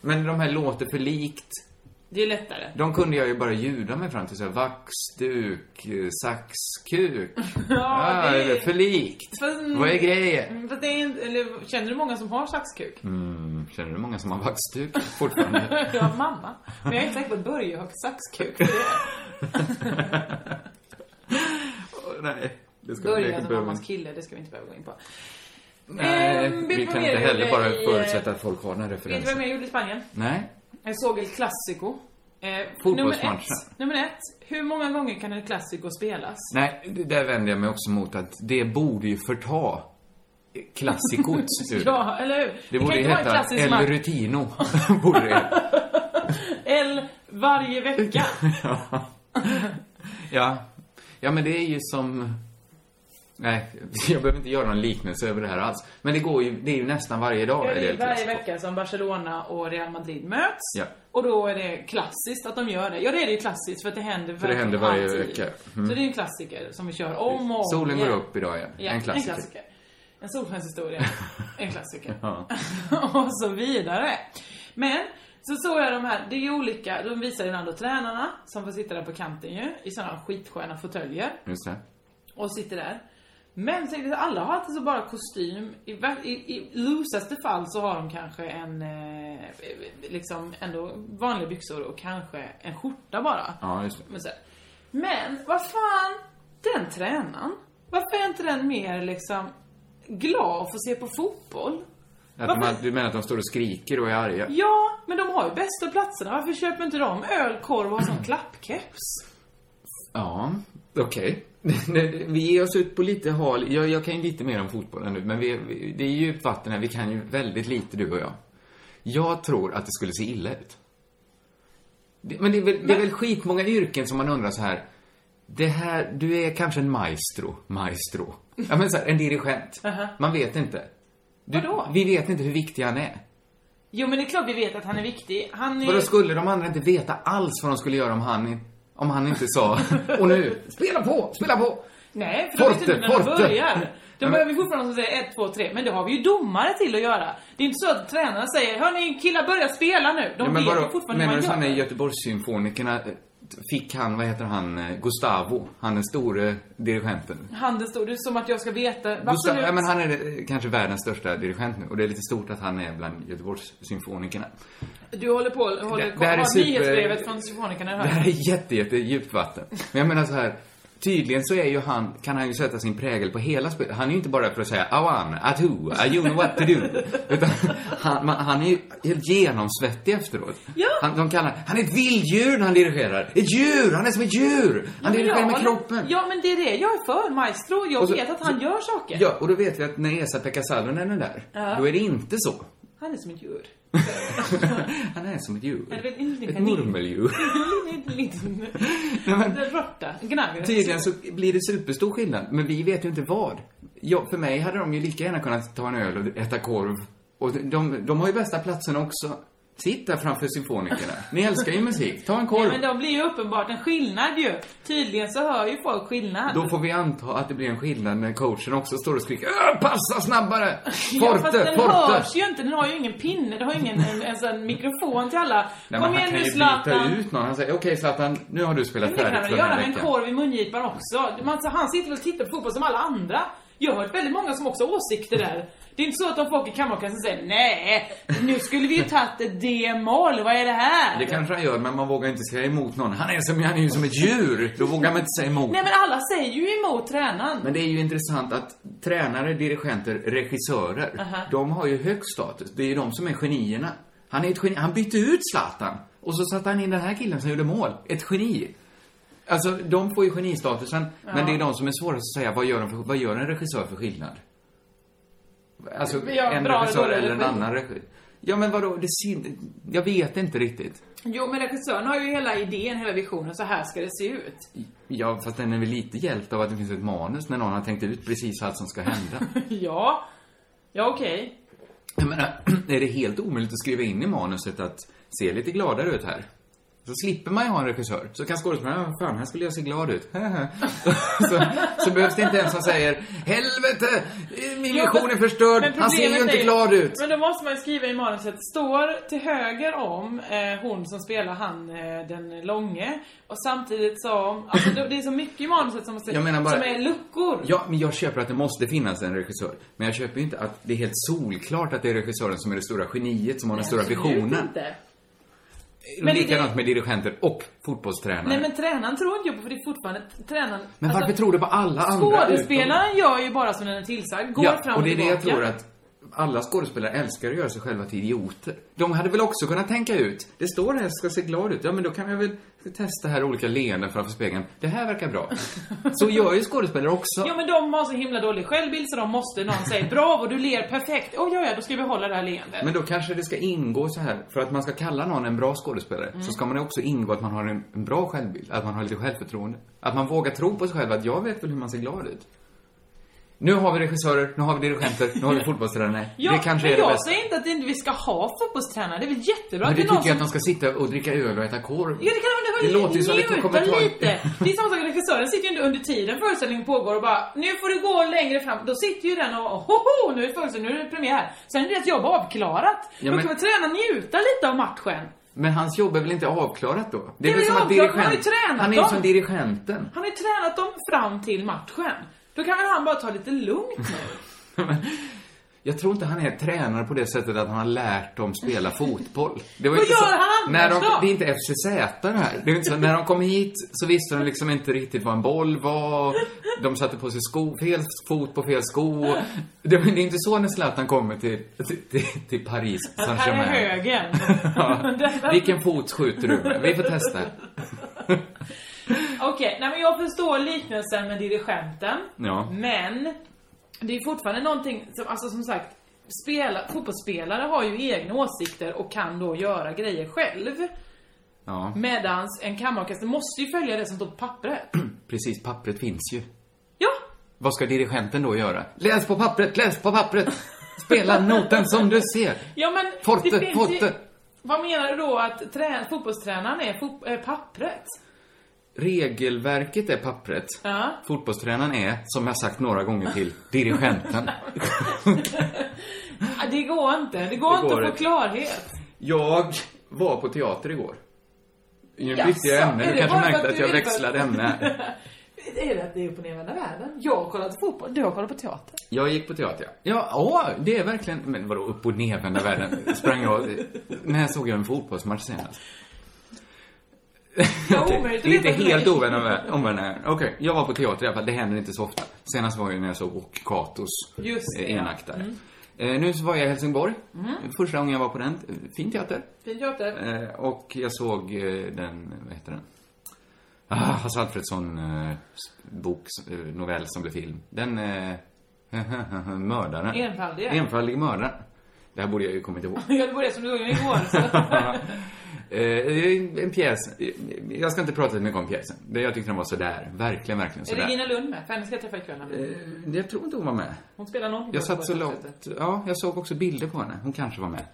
Speaker 3: Men de här låter för likt
Speaker 2: Det är lättare.
Speaker 3: De kunde jag ju bara ljuda mig fram till såhär vaxduk, eh, saxkuk.
Speaker 2: (laughs) Ja,
Speaker 3: ah,
Speaker 2: det-
Speaker 3: eller för likt.
Speaker 2: Fast-
Speaker 3: Vad är grejen?
Speaker 2: Mm, Fast det är inte, eller känner du många som har saxkuk?
Speaker 3: Mm, känner du många som har vaxduk fortfarande?
Speaker 2: (laughs) Ja, mamma. Men jag är inte säker på att Börje har saxkuk.
Speaker 3: Åh, nej, det ska
Speaker 2: Börje,
Speaker 3: Börja,
Speaker 2: alltså
Speaker 3: det behöver man.
Speaker 2: mammas kille, det ska vi inte behöva gå in på.
Speaker 3: Nej,
Speaker 2: Ehm, vet
Speaker 3: vi
Speaker 2: du
Speaker 3: kan
Speaker 2: vad
Speaker 3: inte
Speaker 2: mer
Speaker 3: heller
Speaker 2: jag
Speaker 3: bara
Speaker 2: gjorde i,
Speaker 3: förutsätta att folk har den här
Speaker 2: Vet du vad jag
Speaker 3: referensen.
Speaker 2: mer gjorde i Spanien?
Speaker 3: Nej,
Speaker 2: Jag såg El Clasico. Eh, nummer,
Speaker 3: Fotbollsmatchen.
Speaker 2: ett, nummer ett. Hur många gånger kan El Clasico spelas?
Speaker 3: nej, det där vänder jag mig också mot att det borde ju
Speaker 2: (laughs)
Speaker 3: förta klassikots ur.
Speaker 2: Ja, eller hur?
Speaker 3: Det borde
Speaker 2: kan
Speaker 3: ju
Speaker 2: inte vara en
Speaker 3: heta
Speaker 2: klassisk
Speaker 3: El
Speaker 2: match.
Speaker 3: Rutino. (laughs) borde det.
Speaker 2: El varje vecka.
Speaker 3: Ja. ja. Ja, men det är ju som... Nej, (laughs) jag behöver inte göra någon liknelse över det här alls. Men det går ju, det är ju nästan varje dag.
Speaker 2: Det
Speaker 3: är det
Speaker 2: är
Speaker 3: El
Speaker 2: varje
Speaker 3: Clasico.
Speaker 2: vecka som Barcelona och Real Madrid möts.
Speaker 3: Ja.
Speaker 2: Och då är det klassiskt att de gör det. Ja, det är det ju klassiskt för att det händer
Speaker 3: För det händer varje
Speaker 2: alltid.
Speaker 3: vecka. Mm.
Speaker 2: Så det är en klassiker som vi kör om och om
Speaker 3: Solen går
Speaker 2: igen.
Speaker 3: upp idag igen.
Speaker 2: Ja,
Speaker 3: en
Speaker 2: En,
Speaker 3: klassiker.
Speaker 2: klassiker.
Speaker 3: (laughs)
Speaker 2: en solskenshistoria. En klassiker.
Speaker 3: Ja.
Speaker 2: (laughs) och så vidare. Men, så såg jag de här, det är ju olika, de visar ju ibland då tränarna som får sitta där på kanten ju, i sådana skitsköna fåtöljer
Speaker 3: Just det.
Speaker 2: och sitter där. Men tänk dig, alla har alltid så bara kostym. I, vä- i, i loosaste fall så har de kanske en, eh, liksom ändå vanliga byxor och kanske en skjorta bara.
Speaker 3: Ja, just det.
Speaker 2: Men, så här. men vad fan, den tränaren, varför är inte den mer liksom glad att få se på fotboll?
Speaker 3: Att
Speaker 2: Varför-
Speaker 3: de, har- du menar att de står och skriker och är arga?
Speaker 2: Ja, men de har ju bästa platserna. Varför köper inte de öl, korv och har sån klappkeps?
Speaker 3: Ja, okej. (laughs) vi ger oss ut på lite hal... Jag, jag kan ju lite mer om fotbollen nu, men vi, vi, det är ju djupt vatten här. Vi kan ju väldigt lite, du och jag. Jag tror att det skulle se illa ut. Det, men det är, väl, det är väl skitmånga yrken som man undrar så här... Det här, du är kanske en maestro, maestro. Ja, men så här, en dirigent. Man vet inte. Du,
Speaker 2: Vadå?
Speaker 3: Vi vet inte hur viktig han är.
Speaker 2: Jo, men det är klart vi vet att han är viktig. Han är
Speaker 3: Vadå, skulle de andra inte veta alls vad de skulle göra om han, om han inte sa Och nu, spela på, spela på!
Speaker 2: Nej, för de vet
Speaker 3: Forte,
Speaker 2: inte när de
Speaker 3: forte.
Speaker 2: börjar. De
Speaker 3: men-
Speaker 2: behöver ju fortfarande som säger 1, 2, 3. Men det har vi ju domare till att göra. Det är inte så att tränarna säger Hörni killar börja spela nu. De
Speaker 3: Ja,
Speaker 2: vet ju
Speaker 3: vadå?
Speaker 2: fortfarande
Speaker 3: Menar
Speaker 2: hur
Speaker 3: du
Speaker 2: man gör.
Speaker 3: sådana i Göteborgssymfonikerna eh, fick han, vad heter han, eh, Gustavo? Han den store dirigenten.
Speaker 2: Handen stod, det är som att jag ska veta.
Speaker 3: Gustav,
Speaker 2: Absolut.
Speaker 3: ja, men han är eh, kanske världens största dirigent nu och det är lite stort att han är bland Göteborgssymfonikerna.
Speaker 2: Du håller på och håller
Speaker 3: Det-
Speaker 2: koll.
Speaker 3: det här är
Speaker 2: Har
Speaker 3: super-
Speaker 2: nyhetsbrevet från symfonikerna
Speaker 3: Det
Speaker 2: här.
Speaker 3: här är jätte, jätte djupt vatten. Men jag menar så här, tydligen så är ju han, kan han ju sätta sin prägel på hela spelet. Han är ju inte bara för att säga awan, atu, I you know what to
Speaker 2: (laughs)
Speaker 3: do. Utan han, man, han är ju helt genomsvettig efteråt.
Speaker 2: Ja.
Speaker 3: Han, de kallar, han är ett vilddjur när han dirigerar. Ett djur, han är som ett djur. Han
Speaker 2: Ja, men
Speaker 3: dirigerar
Speaker 2: jag
Speaker 3: med
Speaker 2: håller-
Speaker 3: kroppen.
Speaker 2: Ja, men det är det jag är för. Maestro. Jag
Speaker 3: Och så-
Speaker 2: vet att han gör saker.
Speaker 3: Ja, och då vet vi att när Esa-Pekka Salonen är där,
Speaker 2: Ja.
Speaker 3: då är det inte
Speaker 2: (laughs)
Speaker 3: så. (laughs)
Speaker 2: Han är som ett djur. (laughs)
Speaker 3: han är som ett djur.
Speaker 2: Eller en liten
Speaker 3: Ett
Speaker 2: kanin.
Speaker 3: murmeldjur.
Speaker 2: En liten...
Speaker 3: Nej, men-
Speaker 2: En råtta. Gnaggare.
Speaker 3: Tydligen så blir det superstor skillnad, men vi vet ju inte vad. Ja, för mig hade de ju lika gärna kunnat ta en öl och äta korv. Och de, de har ju bästa platsen också. Sitt där framför symfonikerna. Ni älskar ju musik. Ta en
Speaker 2: Ja,
Speaker 3: korv.
Speaker 2: men det blir ju uppenbart en skillnad ju. Tydligen så hör ju folk skillnad.
Speaker 3: Då får vi anta att det blir en skillnad när coachen också står och skriker "Öh, passa snabbare!
Speaker 2: ja, fast
Speaker 3: Forte,
Speaker 2: den
Speaker 3: forte!
Speaker 2: hörs ju inte. Den har ju ingen pinne. Den har ju ingen en, en sån mikrofon till alla.
Speaker 3: Nej, men
Speaker 2: Kom
Speaker 3: han
Speaker 2: igen
Speaker 3: kan
Speaker 2: nu
Speaker 3: ju
Speaker 2: Zlatan.
Speaker 3: byta ut någon. Han säger okej Zlatan, nu har du spelat
Speaker 2: Men det kan
Speaker 3: färdigt
Speaker 2: han
Speaker 3: för
Speaker 2: väl
Speaker 3: den
Speaker 2: göra
Speaker 3: här
Speaker 2: med en
Speaker 3: veckan.
Speaker 2: korv i mungipan också. Man, så han sitter väl och tittar på fotboll som alla andra. Jag har hört väldigt många som också har åsikter där. Det är inte så att de folk i kammarkassen säger nej, nu skulle vi ju tagit ett D-mål, vad är det här?
Speaker 3: Det kanske han gör, men man vågar inte säga emot någon. Han är, som, han är ju som ett djur! Då vågar man inte säga emot.
Speaker 2: Nej men alla säger ju emot tränaren.
Speaker 3: Men det är ju intressant att tränare, dirigenter, regissörer,
Speaker 2: Aha.
Speaker 3: de har ju hög status. Det är ju de som är genierna. Han är ett geni. Han bytte ut Zlatan. Och så satte han in den här killen som gjorde mål. Ett geni. Alltså, de får ju genistatusen. Men det är de som är svårast att säga, vad gör, de för, vad gör en regissör för skillnad? Alltså,
Speaker 2: Ja,
Speaker 3: en
Speaker 2: bra
Speaker 3: regissör
Speaker 2: eller dålig
Speaker 3: eller en
Speaker 2: regi.
Speaker 3: annan regissör. Ja, men vadå? Det syn... Jag vet inte riktigt.
Speaker 2: Jo men regissören har ju hela idén, hela visionen, så här ska det se ut. (laughs)
Speaker 3: Ja, fast den är väl lite hjälpt av att det finns ett manus när någon har tänkt ut precis allt som ska hända.
Speaker 2: ja. Ja okej.
Speaker 3: Jag menar, (clears throat) är det helt omöjligt att skriva in i manuset att se lite gladare ut här? Så slipper man ju ha en regissör. Så kan skådespelaren, "Ah, fan, här skulle jag se glad ut. (laughs) så, så behövs det inte ens som säger, helvete, min
Speaker 2: Ja,
Speaker 3: vision
Speaker 2: fast-
Speaker 3: är förstörd,
Speaker 2: men
Speaker 3: han ser ju
Speaker 2: problemet
Speaker 3: inte
Speaker 2: är-
Speaker 3: glad ut.
Speaker 2: Men då måste man ju skriva i manuset, står till höger om eh, hon som spelar han eh, den långe och samtidigt som, alltså det, det är så mycket i manuset som, måste,
Speaker 3: Jag menar bara-
Speaker 2: som är luckor.
Speaker 3: Ja, men jag köper att det måste finnas en regissör. Men jag köper ju inte att det är helt solklart att det är regissören som är det stora geniet, som har den stora
Speaker 2: Absolut
Speaker 3: visionen.
Speaker 2: inte. Men det-
Speaker 3: Likadant med dirigenter och fotbollstränare.
Speaker 2: Nej men tränaren tror inte jag på för det är fortfarande tränaren.
Speaker 3: Men varför
Speaker 2: alltså,
Speaker 3: tror du på alla andra? utom-
Speaker 2: Skådespelaren gör ju bara som den är tillsagd, går fram
Speaker 3: och det är det
Speaker 2: tillbaka.
Speaker 3: jag tror att alla skådespelare älskar att göra sig själva till idioter. De hade väl också kunnat tänka ut, det står här, ska se glad ut. Ja, men då kan jag väl testa här olika leenden framför spegeln. Det här verkar
Speaker 2: (laughs)
Speaker 3: bra. Så gör ju skådespelare också.
Speaker 2: Ja men de har så himla dålig självbild så de måste, någon säger bravo du ler perfekt, åh ja ja då ska vi hålla det här leendet.
Speaker 3: Men då kanske det ska ingå så här, för att man ska kalla någon en bra skådespelare,
Speaker 2: Mm.
Speaker 3: så ska man ju också ingå att man har en, en bra självbild, att man har lite självförtroende. Att man vågar tro på sig själv, att jag vet väl hur man ser glad ut. Nu har vi regissörer, nu har vi dirigenter, nu har
Speaker 2: (laughs)
Speaker 3: vi fotbollstränare.
Speaker 2: Ja,
Speaker 3: det kanske
Speaker 2: men
Speaker 3: är det
Speaker 2: jag
Speaker 3: bästa.
Speaker 2: säger inte att inte vi ska ha fotbollstränare. Det är väl jättebra
Speaker 3: Men
Speaker 2: att det
Speaker 3: du
Speaker 2: är någon
Speaker 3: tycker
Speaker 2: som...
Speaker 3: att de ska sitta och dricka öl och äta korv?
Speaker 2: Ja, det kan man
Speaker 3: Det
Speaker 2: väl
Speaker 3: låter ju som att det
Speaker 2: njuta
Speaker 3: kommer ta-
Speaker 2: lite. Det är samma sak, regissören sitter ju inte under tiden föreställningen pågår och bara Nu får det gå längre fram. Då sitter ju den och hoho, nu är det föreställning, nu är det premiär. Sen är deras jobb avklarat.
Speaker 3: Ja,
Speaker 2: Då
Speaker 3: men-
Speaker 2: kan väl tränaren njuta lite av matchen.
Speaker 3: Men hans jobb är väl inte avklarat då?
Speaker 2: Det är väl avklarat, han har ju tränat
Speaker 3: Han är ju
Speaker 2: dem.
Speaker 3: som dirigenten. (laughs)
Speaker 2: Han har ju tränat dem fram till matchen. Då kan väl han bara ta lite lugnt nu.
Speaker 3: Jag tror inte han är tränare på det sättet att han har lärt dem spela fotboll. Det var
Speaker 2: Vad
Speaker 3: inte
Speaker 2: gör
Speaker 3: så,
Speaker 2: han
Speaker 3: när de,
Speaker 2: annars då?
Speaker 3: Det är inte FCZ det här. Det är inte så, när de kom hit så visste de liksom inte riktigt vad en boll var. De satte på sig sko, fel fot på fel sko. Det, det är inte så när Zlatan kommer till, till, till, till Paris
Speaker 2: Här
Speaker 3: Saint-Germain.
Speaker 2: är högen.
Speaker 3: (laughs)
Speaker 2: (laughs)
Speaker 3: Ja.
Speaker 2: Detta-
Speaker 3: Vilken fot skjuter du med? Vi får testa.
Speaker 2: Okej, nej men jag förstår liknelsen med dirigenten.
Speaker 3: Ja.
Speaker 2: Men det är fortfarande någonting som, alltså som sagt, spela, fotbollsspelare har ju egna åsikter och kan då göra grejer själv.
Speaker 3: Ja,
Speaker 2: Medans en kammarorkester måste ju följa det som står
Speaker 3: (clears throat)
Speaker 2: på pappret.
Speaker 3: precis. Pappret finns ju.
Speaker 2: Ja!
Speaker 3: Vad ska dirigenten då göra? Läs på pappret, läs på pappret! Spela noten som du ser!
Speaker 2: Ja men...
Speaker 3: Forte,
Speaker 2: det finns
Speaker 3: forte.
Speaker 2: Ju, vad menar du då att trä, fotbollstränaren är fot, eh, pappret?
Speaker 3: Regelverket är pappret.
Speaker 2: Ja.
Speaker 3: Fotbollstränaren är, som jag sagt några gånger till, dirigenten.
Speaker 2: Ah, Det går inte. Det går
Speaker 3: Det
Speaker 2: inte
Speaker 3: går
Speaker 2: att få
Speaker 3: inte.
Speaker 2: klarhet.
Speaker 3: Jag var på teater igår. Nu
Speaker 2: Jaså,
Speaker 3: bytte jag ämne. Du
Speaker 2: är det
Speaker 3: kanske
Speaker 2: bara för
Speaker 3: märkte
Speaker 2: att
Speaker 3: att
Speaker 2: du
Speaker 3: jag
Speaker 2: är för-
Speaker 3: växlade ämne här.
Speaker 2: Är det att det är uppochnedvända världen? Jag har kollat på fotboll, du har kollat på teater.
Speaker 3: Jag gick på teater, ja. Ja, åh, det är verkligen... Men vadå, upp och nedvända världen? Sprang jag... När såg jag en fotbollsmatch senast? Okej,
Speaker 2: omöjligt
Speaker 3: Typ.
Speaker 2: att
Speaker 3: det är inte
Speaker 2: veta för
Speaker 3: helt
Speaker 2: mig.
Speaker 3: ovända världen. omvända världen. Okej, jag var på teater i alla fall. Det händer inte så ofta. Senast var ju när jag såg Och Katos
Speaker 2: Just det,
Speaker 3: eh,
Speaker 2: ja. Mm.
Speaker 3: enaktare. Eh, Nu så var jag i Helsingborg. Första gången jag var på den. Fin teater.
Speaker 2: Fin (laughs) teater.
Speaker 3: Eh, Och jag såg eh, den, vad heter den? Ah, Hasse Alfredson eh, bok, eh, novell som blev film. Den, eh, (laughs) mördaren.
Speaker 2: Enfaldiga.
Speaker 3: Enfaldig mördare. Det här borde jag ju kommit ihåg.
Speaker 2: Jag började som du gjorde
Speaker 3: (laughs)
Speaker 2: igår. Så.
Speaker 3: Eh, en- en pjäs. Jag ska inte prata så mycket om pjäsen. Det- Jag tyckte den var sådär. Verkligen, verkligen
Speaker 2: Är Regina
Speaker 3: sådär.
Speaker 2: Lund med? För henne ska jag träffa ikväll. nämligen.
Speaker 3: Eh, Jag tror inte hon var med.
Speaker 2: Hon spelar någon
Speaker 3: Jag satt så långt. Ja, jag såg också bilder på henne. Hon kanske var med.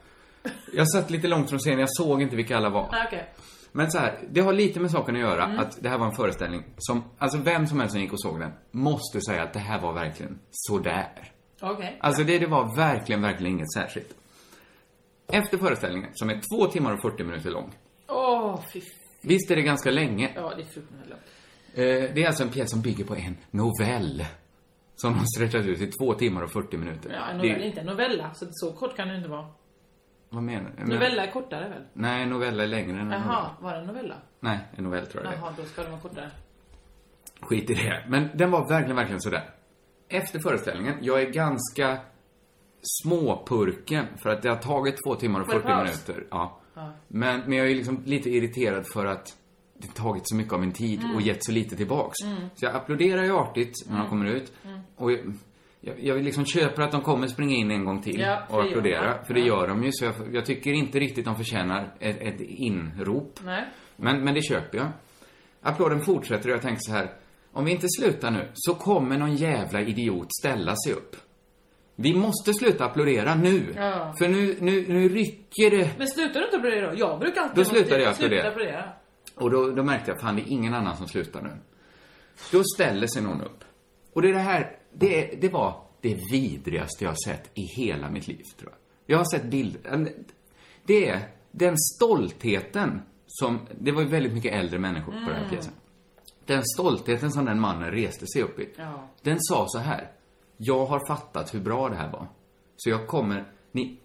Speaker 3: Jag satt lite långt från scenen. Jag såg inte vilka alla var.
Speaker 2: Ah, okej.
Speaker 3: Men så här, det har lite med saken att göra att det här var en föreställning som, alltså vem som helst som gick och såg den måste säga att det här var verkligen sådär.
Speaker 2: Okej.
Speaker 3: Alltså det, det var verkligen, verkligen inget särskilt. Efter föreställningen, som är två timmar och 40 minuter lång.
Speaker 2: Åh, fy f-
Speaker 3: Visst är det ganska länge?
Speaker 2: Ja, det är fruktansvärt långt.
Speaker 3: Eh, det är alltså en pjäs som bygger på en novell. Som har stretchat ut i två timmar och 40 minuter.
Speaker 2: Ja, en
Speaker 3: Det är-
Speaker 2: novell, inte en novella. Så, så kort kan det inte vara.
Speaker 3: Vad menar du?
Speaker 2: Novella är kortare väl?
Speaker 3: Nej, novella är längre än en novell.
Speaker 2: Jaha, var det en novella?
Speaker 3: Nej, en novell tror jag det är.
Speaker 2: Jaha, då ska det vara kortare.
Speaker 3: Skit i det. Men den var verkligen, verkligen sådär. Efter föreställningen, jag är ganska småpurken för att det har tagit två timmar och
Speaker 2: Var det
Speaker 3: 40
Speaker 2: paus?
Speaker 3: minuter. Ja. Men, men jag är liksom lite irriterad för att det har tagit så mycket av min tid
Speaker 2: Mm.
Speaker 3: och gett så lite tillbaks. Så jag applåderar ju artigt när de kommer ut.
Speaker 2: Mm.
Speaker 3: Och jag, jag, jag vill liksom köper att de kommer springa in en gång till
Speaker 2: Ja, för
Speaker 3: och
Speaker 2: det gör
Speaker 3: applådera.
Speaker 2: de.
Speaker 3: För det
Speaker 2: Ja.
Speaker 3: gör de ju. Så jag, jag tycker inte riktigt de förtjänar ett, ett inrop.
Speaker 2: Nej.
Speaker 3: Men, men det köper jag. Applåden fortsätter och jag tänker så här. Om vi inte slutar nu så kommer någon jävla idiot ställa sig upp. Vi måste sluta applådera nu.
Speaker 2: Ja.
Speaker 3: För nu, nu, nu rycker det.
Speaker 2: Men slutar du inte applådera då? Jag brukar alltid...
Speaker 3: Då slutade jag
Speaker 2: Sluta
Speaker 3: applådera.
Speaker 2: applådera.
Speaker 3: Och då, då märkte jag, fan det är ingen annan som slutar nu. Då ställer sig någon upp. Och det är det här, det, är- det var det vidrigaste jag har sett i hela mitt liv, tror jag. Jag har sett bilder, det är den stoltheten som, det var ju väldigt mycket äldre människor på den här pjäsen. Den stoltheten som den mannen reste sig upp i.
Speaker 2: Ja.
Speaker 3: Den sa så här. Jag har fattat hur bra det här var. Så jag kommer, ni,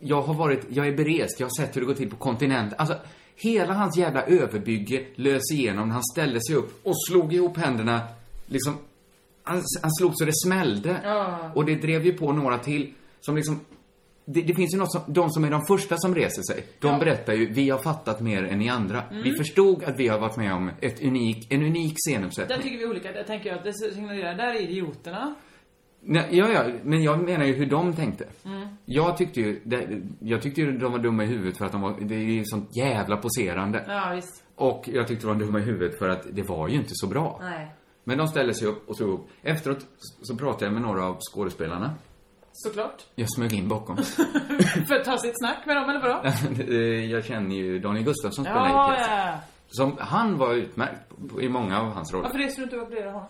Speaker 3: jag har varit, jag är berest, jag har sett hur det går till på kontinent. Alltså, hela hans jävla överbygge lös igenom när han ställde sig upp och slog ihop händerna, liksom, han, han slog så det smällde. Och det drev ju på några till som liksom, det, det finns ju något som, de som är de första som reser sig, de berättar ju, vi har fattat mer än ni andra. Vi förstod att vi har varit med om ett unik, en unik scenuppsättning.
Speaker 2: Där tycker vi olika. Där tänker jag att det signalerar, där är idioterna.
Speaker 3: Nej, ja, ja, men jag menar ju hur de tänkte.
Speaker 2: Mm.
Speaker 3: Jag tyckte ju, det, jag tyckte ju de var dumma i huvudet för att de var, det är ju sånt jävla poserande.
Speaker 2: Ja, visst.
Speaker 3: Och jag tyckte de var dumma i huvudet för att det var ju inte så bra.
Speaker 2: Nej.
Speaker 3: Men de ställde sig upp och slog upp. Efteråt så pratade jag med några av skådespelarna.
Speaker 2: Såklart.
Speaker 3: Jag smög in
Speaker 2: (laughs)
Speaker 3: bakom.
Speaker 2: För att ta sitt snack med dem,
Speaker 3: (laughs)
Speaker 2: eller vadå?
Speaker 3: jag känner ju Daniel Gustafsson spelar i
Speaker 2: Ja,
Speaker 3: pjäsen.
Speaker 2: ja.
Speaker 3: Som, han var utmärkt på- på- i många av hans roller.
Speaker 2: Varför reste du inte och applåderade honom?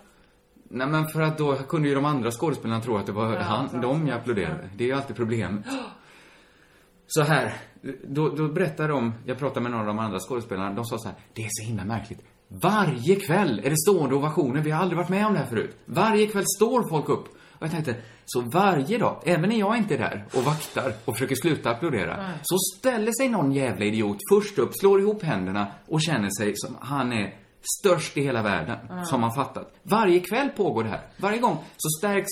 Speaker 3: Nej men för att då kunde ju de andra skådespelarna tro att det var han, de jag applåderade. Det är ju alltid problemet. Så här, då, då berättar de, jag pratade med några av de andra skådespelarna, de sa så här, det är så himla märkligt. Varje kväll är det stående ovationer, vi har aldrig varit med om det här förut. Varje kväll står folk upp. Och jag tänkte, så varje dag, även när jag inte är där och vaktar och försöker sluta applådera, så ställer sig någon jävla idiot först upp, slår ihop händerna och känner sig som han är störst i hela världen, som man fattat. Varje kväll pågår det här. Varje gång så stärks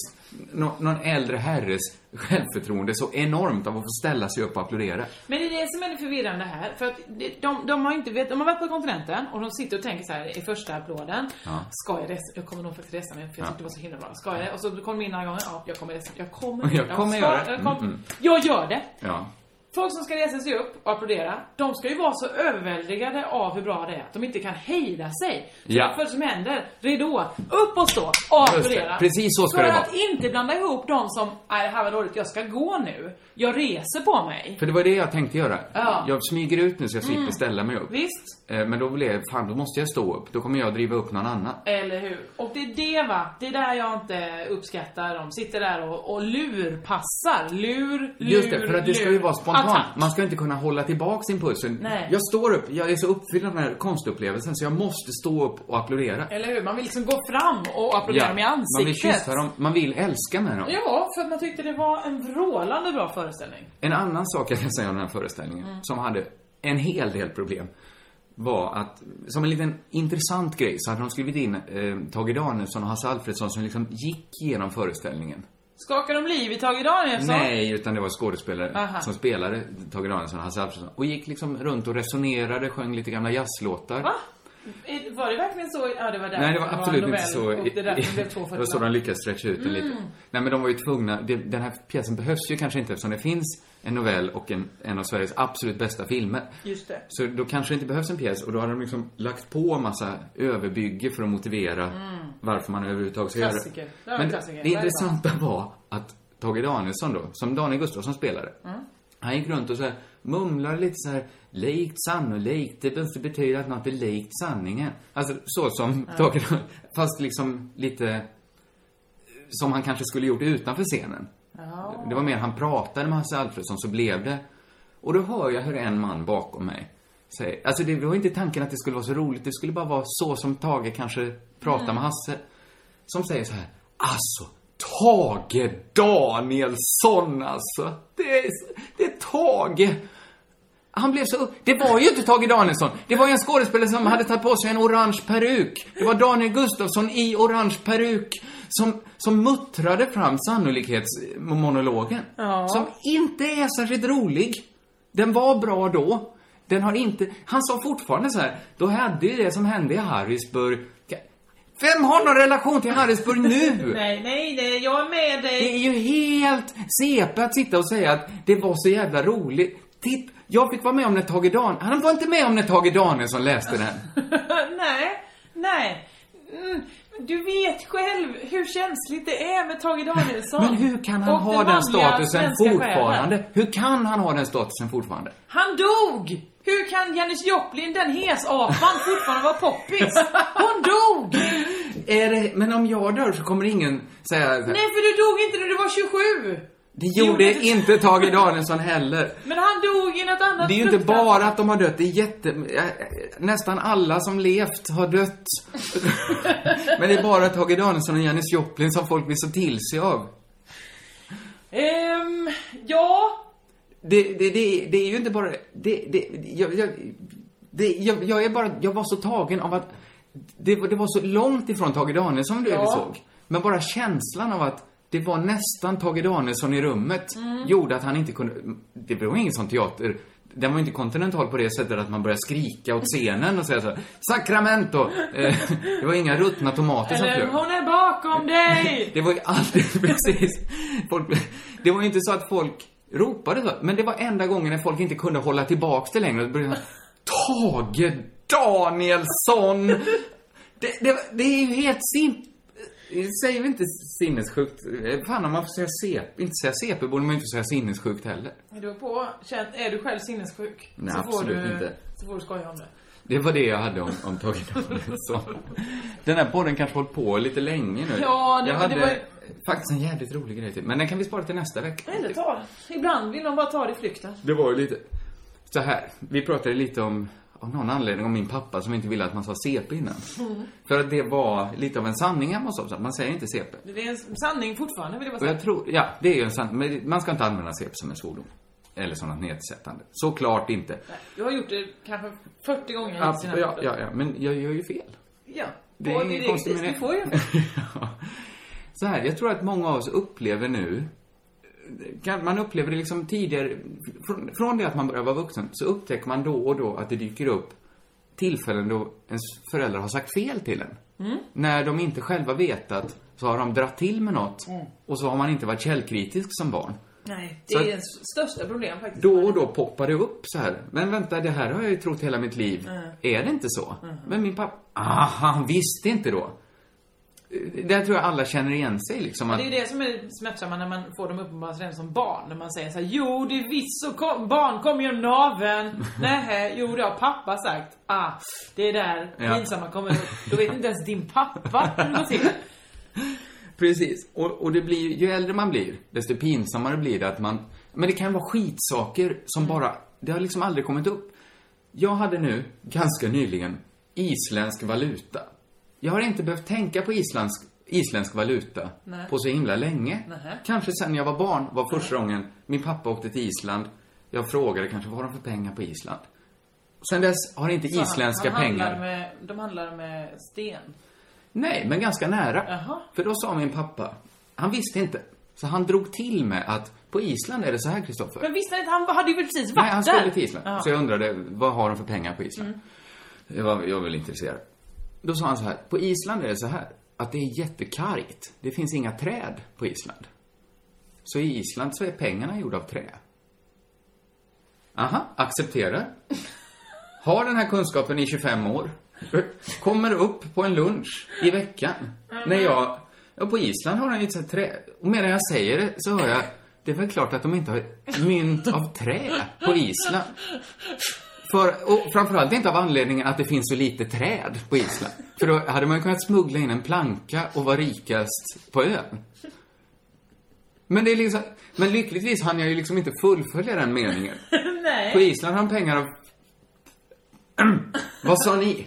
Speaker 3: nå- någon äldre herres självförtroende så enormt av att få ställa sig upp och applådera.
Speaker 2: Men det är det som är det förvirrande här. För att det- de, de har inte vet, de har varit på kontinenten och de sitter och tänker så här i första applåden.
Speaker 3: Ja.
Speaker 2: Ska jag resa? Jag kommer nog faktiskt resa mig för jag
Speaker 3: Ja.
Speaker 2: tyckte det var så himla bra. Ska jag? Och så kommer de in några gånger. Ja, jag kommer resa. Jag kommer.
Speaker 3: (laughs) Jag kommer
Speaker 2: ska-
Speaker 3: göra det.
Speaker 2: Jag, kommer,
Speaker 3: Mm, mm.
Speaker 2: jag gör det.
Speaker 3: Ja.
Speaker 2: Folk som ska resa sig upp och applådera, de ska ju vara så överväldigade av hur bra det är att de inte kan hejda sig. Så
Speaker 3: Ja.
Speaker 2: det första som händer, ridå, upp och stå, och
Speaker 3: Just det.
Speaker 2: applådera.
Speaker 3: Precis så ska
Speaker 2: För
Speaker 3: det
Speaker 2: att
Speaker 3: vara.
Speaker 2: inte blanda ihop de som, nej det här var dåligt, jag ska gå nu. Jag reser på mig.
Speaker 3: För det var det jag tänkte göra.
Speaker 2: Ja.
Speaker 3: Jag smyger ut nu så jag slipper
Speaker 2: Mm.
Speaker 3: ställa mig upp.
Speaker 2: Visst?
Speaker 3: Eh, Men då blev jag, fan då måste jag stå upp. Då kommer jag driva upp någon annan.
Speaker 2: Eller hur? Och det är det va, det är där jag inte uppskattar. De sitter där och, och lurpassar. Lur, lur,
Speaker 3: Just det, för att det ska ju
Speaker 2: lur.
Speaker 3: vara spontant.
Speaker 2: Attack.
Speaker 3: Man ska inte kunna hålla tillbaks impulsen.
Speaker 2: Nej.
Speaker 3: Jag står upp, jag är så uppfylld av den här konstupplevelsen så jag måste stå upp och applådera.
Speaker 2: Eller hur? Man vill liksom gå fram och applådera dem i ansiktet.
Speaker 3: Man vill kyssa dem, man vill älska med dem.
Speaker 2: Ja, för att man tyckte det var en vrålande bra föreställning.
Speaker 3: En annan sak jag kan säga om den här föreställningen,
Speaker 2: Mm.
Speaker 3: som hade en hel del problem, var att, som en liten intressant grej, så hade de skrivit in eh, Tage Danielsson och Hasse Alfredson som liksom gick igenom föreställningen.
Speaker 2: Skakar de liv i Tage Danielsson?
Speaker 3: Nej, utan det var skådespelare
Speaker 2: Aha.
Speaker 3: som spelade Tage Danielsson och Hasse Alfredson. Och gick liksom runt och resonerade, sjöng lite gamla jazzlåtar.
Speaker 2: Va? I- Var det verkligen så? Ja, det var där.
Speaker 3: Nej, det var absolut inte så.
Speaker 2: Och det är därför det blev två
Speaker 3: (laughs) Det var så de lyckades stretcha ut den lite.
Speaker 2: Mm.
Speaker 3: Nej, men de var ju tvungna. det- Den här pjäsen behövs ju kanske inte eftersom det finns en novell och en, en av Sveriges absolut bästa filmer.
Speaker 2: Just det.
Speaker 3: Så då kanske det inte behövs en pjäs och då hade de liksom lagt på en massa överbygge för att motivera
Speaker 2: Mm.
Speaker 3: varför man överhuvudtaget ska göra
Speaker 2: Klassiker.
Speaker 3: det.
Speaker 2: Det var en
Speaker 3: Men
Speaker 2: klassiker.
Speaker 3: det
Speaker 2: Det är
Speaker 3: intressanta var att Tage Danielsson då, som Daniel Gustafsson spelade,
Speaker 2: Mm.
Speaker 3: han gick runt och så här, mumlade lite så här, likt sannolikt, det måste betyda att något är likt sanningen. Alltså så som
Speaker 2: Ja.
Speaker 3: Tage Danielsson, fast liksom lite som han kanske skulle gjort utanför scenen.
Speaker 2: Ja.
Speaker 3: Det var mer han pratade med Hasse Alfredson så blev det. Och då hör jag hur en man bakom mig säger, alltså det var inte tanken att det skulle vara så roligt, det skulle bara vara så som Tage kanske pratar
Speaker 2: Mm.
Speaker 3: med Hasse. Som säger så här, alltså Tage Danielsson alltså. Det är, det är Tage. Han blev så upp... Det var ju inte Tage Danielsson. Det var ju en skådespelare som hade tagit på sig en orange peruk. Det var Daniel Gustafsson i orange peruk som, som muttrade fram sannolikhetsmonologen.
Speaker 2: Ja.
Speaker 3: Som inte är särskilt rolig. Den var bra då. Den har inte... Han sa fortfarande så här, då hade ju det som hände i Harrisburg... Vem har någon relation till Harrisburg nu?
Speaker 2: (laughs) Nej, nej, nej, jag är med
Speaker 3: Det är
Speaker 2: dig.
Speaker 3: ju helt CP att sitta och säga att det var så jävla roligt. Titt, jag fick vara med om när Tage Dan... Han var inte med om när Tage Danielsson läste den.
Speaker 2: (laughs) nej, nej. Mm, du vet själv hur känsligt det är med Tage Danielsson.
Speaker 3: Men hur kan han
Speaker 2: Och
Speaker 3: ha den
Speaker 2: manliga
Speaker 3: statusen
Speaker 2: svenska
Speaker 3: fortfarande?
Speaker 2: själen.
Speaker 3: Hur kan han ha den statusen fortfarande?
Speaker 2: Han dog! Hur kan Janis Joplin, den hesapan, fortfarande vara poppis? Hon dog!
Speaker 3: Är det, men om jag dör så kommer ingen säga...
Speaker 2: Nej, för du dog inte när du var 27!
Speaker 3: det gjorde inte Tage Danielsson heller.
Speaker 2: Men han dog i något annat
Speaker 3: Det är ju inte
Speaker 2: fruktansvärt.
Speaker 3: bara att de har dött, det är jätte... eh, eh, Nästan alla som levt har dött. Men det är bara Tage Danielsson och Janis Joplin som folk blir så till sig av.
Speaker 2: Ehm, ja.
Speaker 3: Det, det, det, det är ju inte bara... Det, det, jag, jag, det, jag, jag är bara... Jag var så tagen av att... Det, var- det var så långt ifrån Tage Danielsson det
Speaker 2: Ja.
Speaker 3: vi såg. Men bara känslan av att det var nästan Tage Danielsson i rummet
Speaker 2: Mm.
Speaker 3: gjorde att han inte kunde... Det var ingen sån teater. Den var ju inte kontinental på det sättet att man började skrika åt scenen och säga så här, Sacramento! Eh, Det var inga ruttna tomater som
Speaker 2: Eller
Speaker 3: flög.
Speaker 2: hon är bakom dig!
Speaker 3: Det var ju alltid (laughs) precis. Folk, det var ju inte så att folk ropade så, men det var enda gången när folk inte kunde hålla tillbaks det längre. Då började man, Tage Danielsson! Det, det, det är ju helt sim... Säger vi inte sinnessjukt? Fan, om man får säga CP, inte säga CP borde man ju inte säga sinnessjukt heller.
Speaker 2: Är du, på, känn, är du själv sinnessjuk?
Speaker 3: Nej,
Speaker 2: så får
Speaker 3: absolut
Speaker 2: du,
Speaker 3: inte.
Speaker 2: Så får du skoja om det.
Speaker 3: Det var det jag hade om, om Tage Danielsson. Den här podden kanske hållit på lite länge nu.
Speaker 2: Ja, det-
Speaker 3: jag
Speaker 2: men
Speaker 3: hade
Speaker 2: det var ju-
Speaker 3: faktiskt en jävligt rolig grej till. Men den kan vi spara till nästa vecka.
Speaker 2: Eller ta det. Ibland vill de bara ta det i alltså. flykten.
Speaker 3: Det var ju lite så här. Vi pratade lite om, av någon anledning, om min pappa som inte ville att man sa CP innan. För att det var lite av en sanning hemma hos oss, att man säger inte CP.
Speaker 2: Det är en sanning fortfarande vill jag bara
Speaker 3: Och
Speaker 2: säga.
Speaker 3: jag tror, ja, det är ju en sanning. Men man ska inte använda CP som en svordom. Eller som något nedsättande. Såklart inte.
Speaker 2: Jag har gjort det kanske 40 gånger.
Speaker 3: Ja,
Speaker 2: i sina
Speaker 3: ja,
Speaker 2: fötter.
Speaker 3: ja, ja, men jag gör ju fel.
Speaker 2: ja.
Speaker 3: Det
Speaker 2: Och
Speaker 3: är inget konstigt med det. Mm.
Speaker 2: Du får ju
Speaker 3: (laughs) Ja. Så här, jag tror att många av oss upplever nu, kan- man upplever det liksom tidigare, från, från det att man börjar vara vuxen, så upptäcker man då och då att det dyker upp tillfällen då ens föräldrar har sagt fel till en.
Speaker 2: Mm.
Speaker 3: När de
Speaker 2: Mm.
Speaker 3: inte själva vetat så har de dratt till med något och så har man inte varit källkritisk som barn.
Speaker 2: Nej, det
Speaker 3: Så
Speaker 2: är
Speaker 3: att-
Speaker 2: ens största problem faktiskt.
Speaker 3: Då och då poppar det upp så här. Men vänta, det här har jag ju trott hela mitt liv.
Speaker 2: Mm.
Speaker 3: Är det inte så?
Speaker 2: Mm-hmm.
Speaker 3: Men min pappa, ah, han visste inte då. Där tror jag alla känner igen sig liksom. Att,
Speaker 2: Det är ju det som är det smärtsamma när man får dem uppenbara redan som barn. När man säger så här, jo det är visst så kom, barn kommer
Speaker 3: (laughs)
Speaker 2: genom naveln. Nähä, jo det har pappa sagt. Ah, det är där
Speaker 3: Ja.
Speaker 2: pinsamma kommer upp. Då vet inte ens din pappa hur det
Speaker 3: (laughs)
Speaker 2: går till.
Speaker 3: Precis. Och, och det blir ju- ju äldre man blir, desto pinsammare blir det att man... Men det kan vara skitsaker som bara... Det har liksom aldrig kommit upp. Jag hade nu, ganska nyligen, isländsk valuta. Jag har inte behövt tänka på isländsk, isländsk valuta
Speaker 2: Nej.
Speaker 3: på så himla länge.
Speaker 2: Nähä.
Speaker 3: Kanske sen jag var barn var första gången min pappa åkte till Island. Jag frågade kanske, vad har de för pengar på Island? Sen dess har inte
Speaker 2: Så han-
Speaker 3: isländska
Speaker 2: han handlar
Speaker 3: pengar...
Speaker 2: Med, de handlar med sten.
Speaker 3: Nej, men ganska nära.
Speaker 2: Jaha.
Speaker 3: För då sa min pappa, han visste inte. Så han drog till med att på Island är det så här, Kristoffer.
Speaker 2: Men visste inte, han hade ju precis varit
Speaker 3: Nej, han
Speaker 2: där.
Speaker 3: skulle till Island.
Speaker 2: Ja. Mm.
Speaker 3: Så jag undrade, vad har de för pengar på Island? Jag, var, jag var väl intresserad. Då sa han så här, på Island är det så här, att det är jättekargt. Det finns inga träd på Island. Så i Island så är pengarna gjorda av trä. Aha, accepterar. Har den här kunskapen i 25 år. Kommer upp på en lunch i veckan. När jag... Ja, på Island har de ju ett sånt här trä. Och medan jag säger det så hör jag... Det är väl klart att de inte har mynt av trä på Island. För, och framförallt inte av anledningen att det finns så lite träd på Island. För då hade man ju kunnat smuggla in en planka och vara rikast på ön. Men det är liksom... Men lyckligtvis hann jag ju liksom inte fullfölja den meningen.
Speaker 2: Nej.
Speaker 3: På Island har de pengar av... Vad sa ni?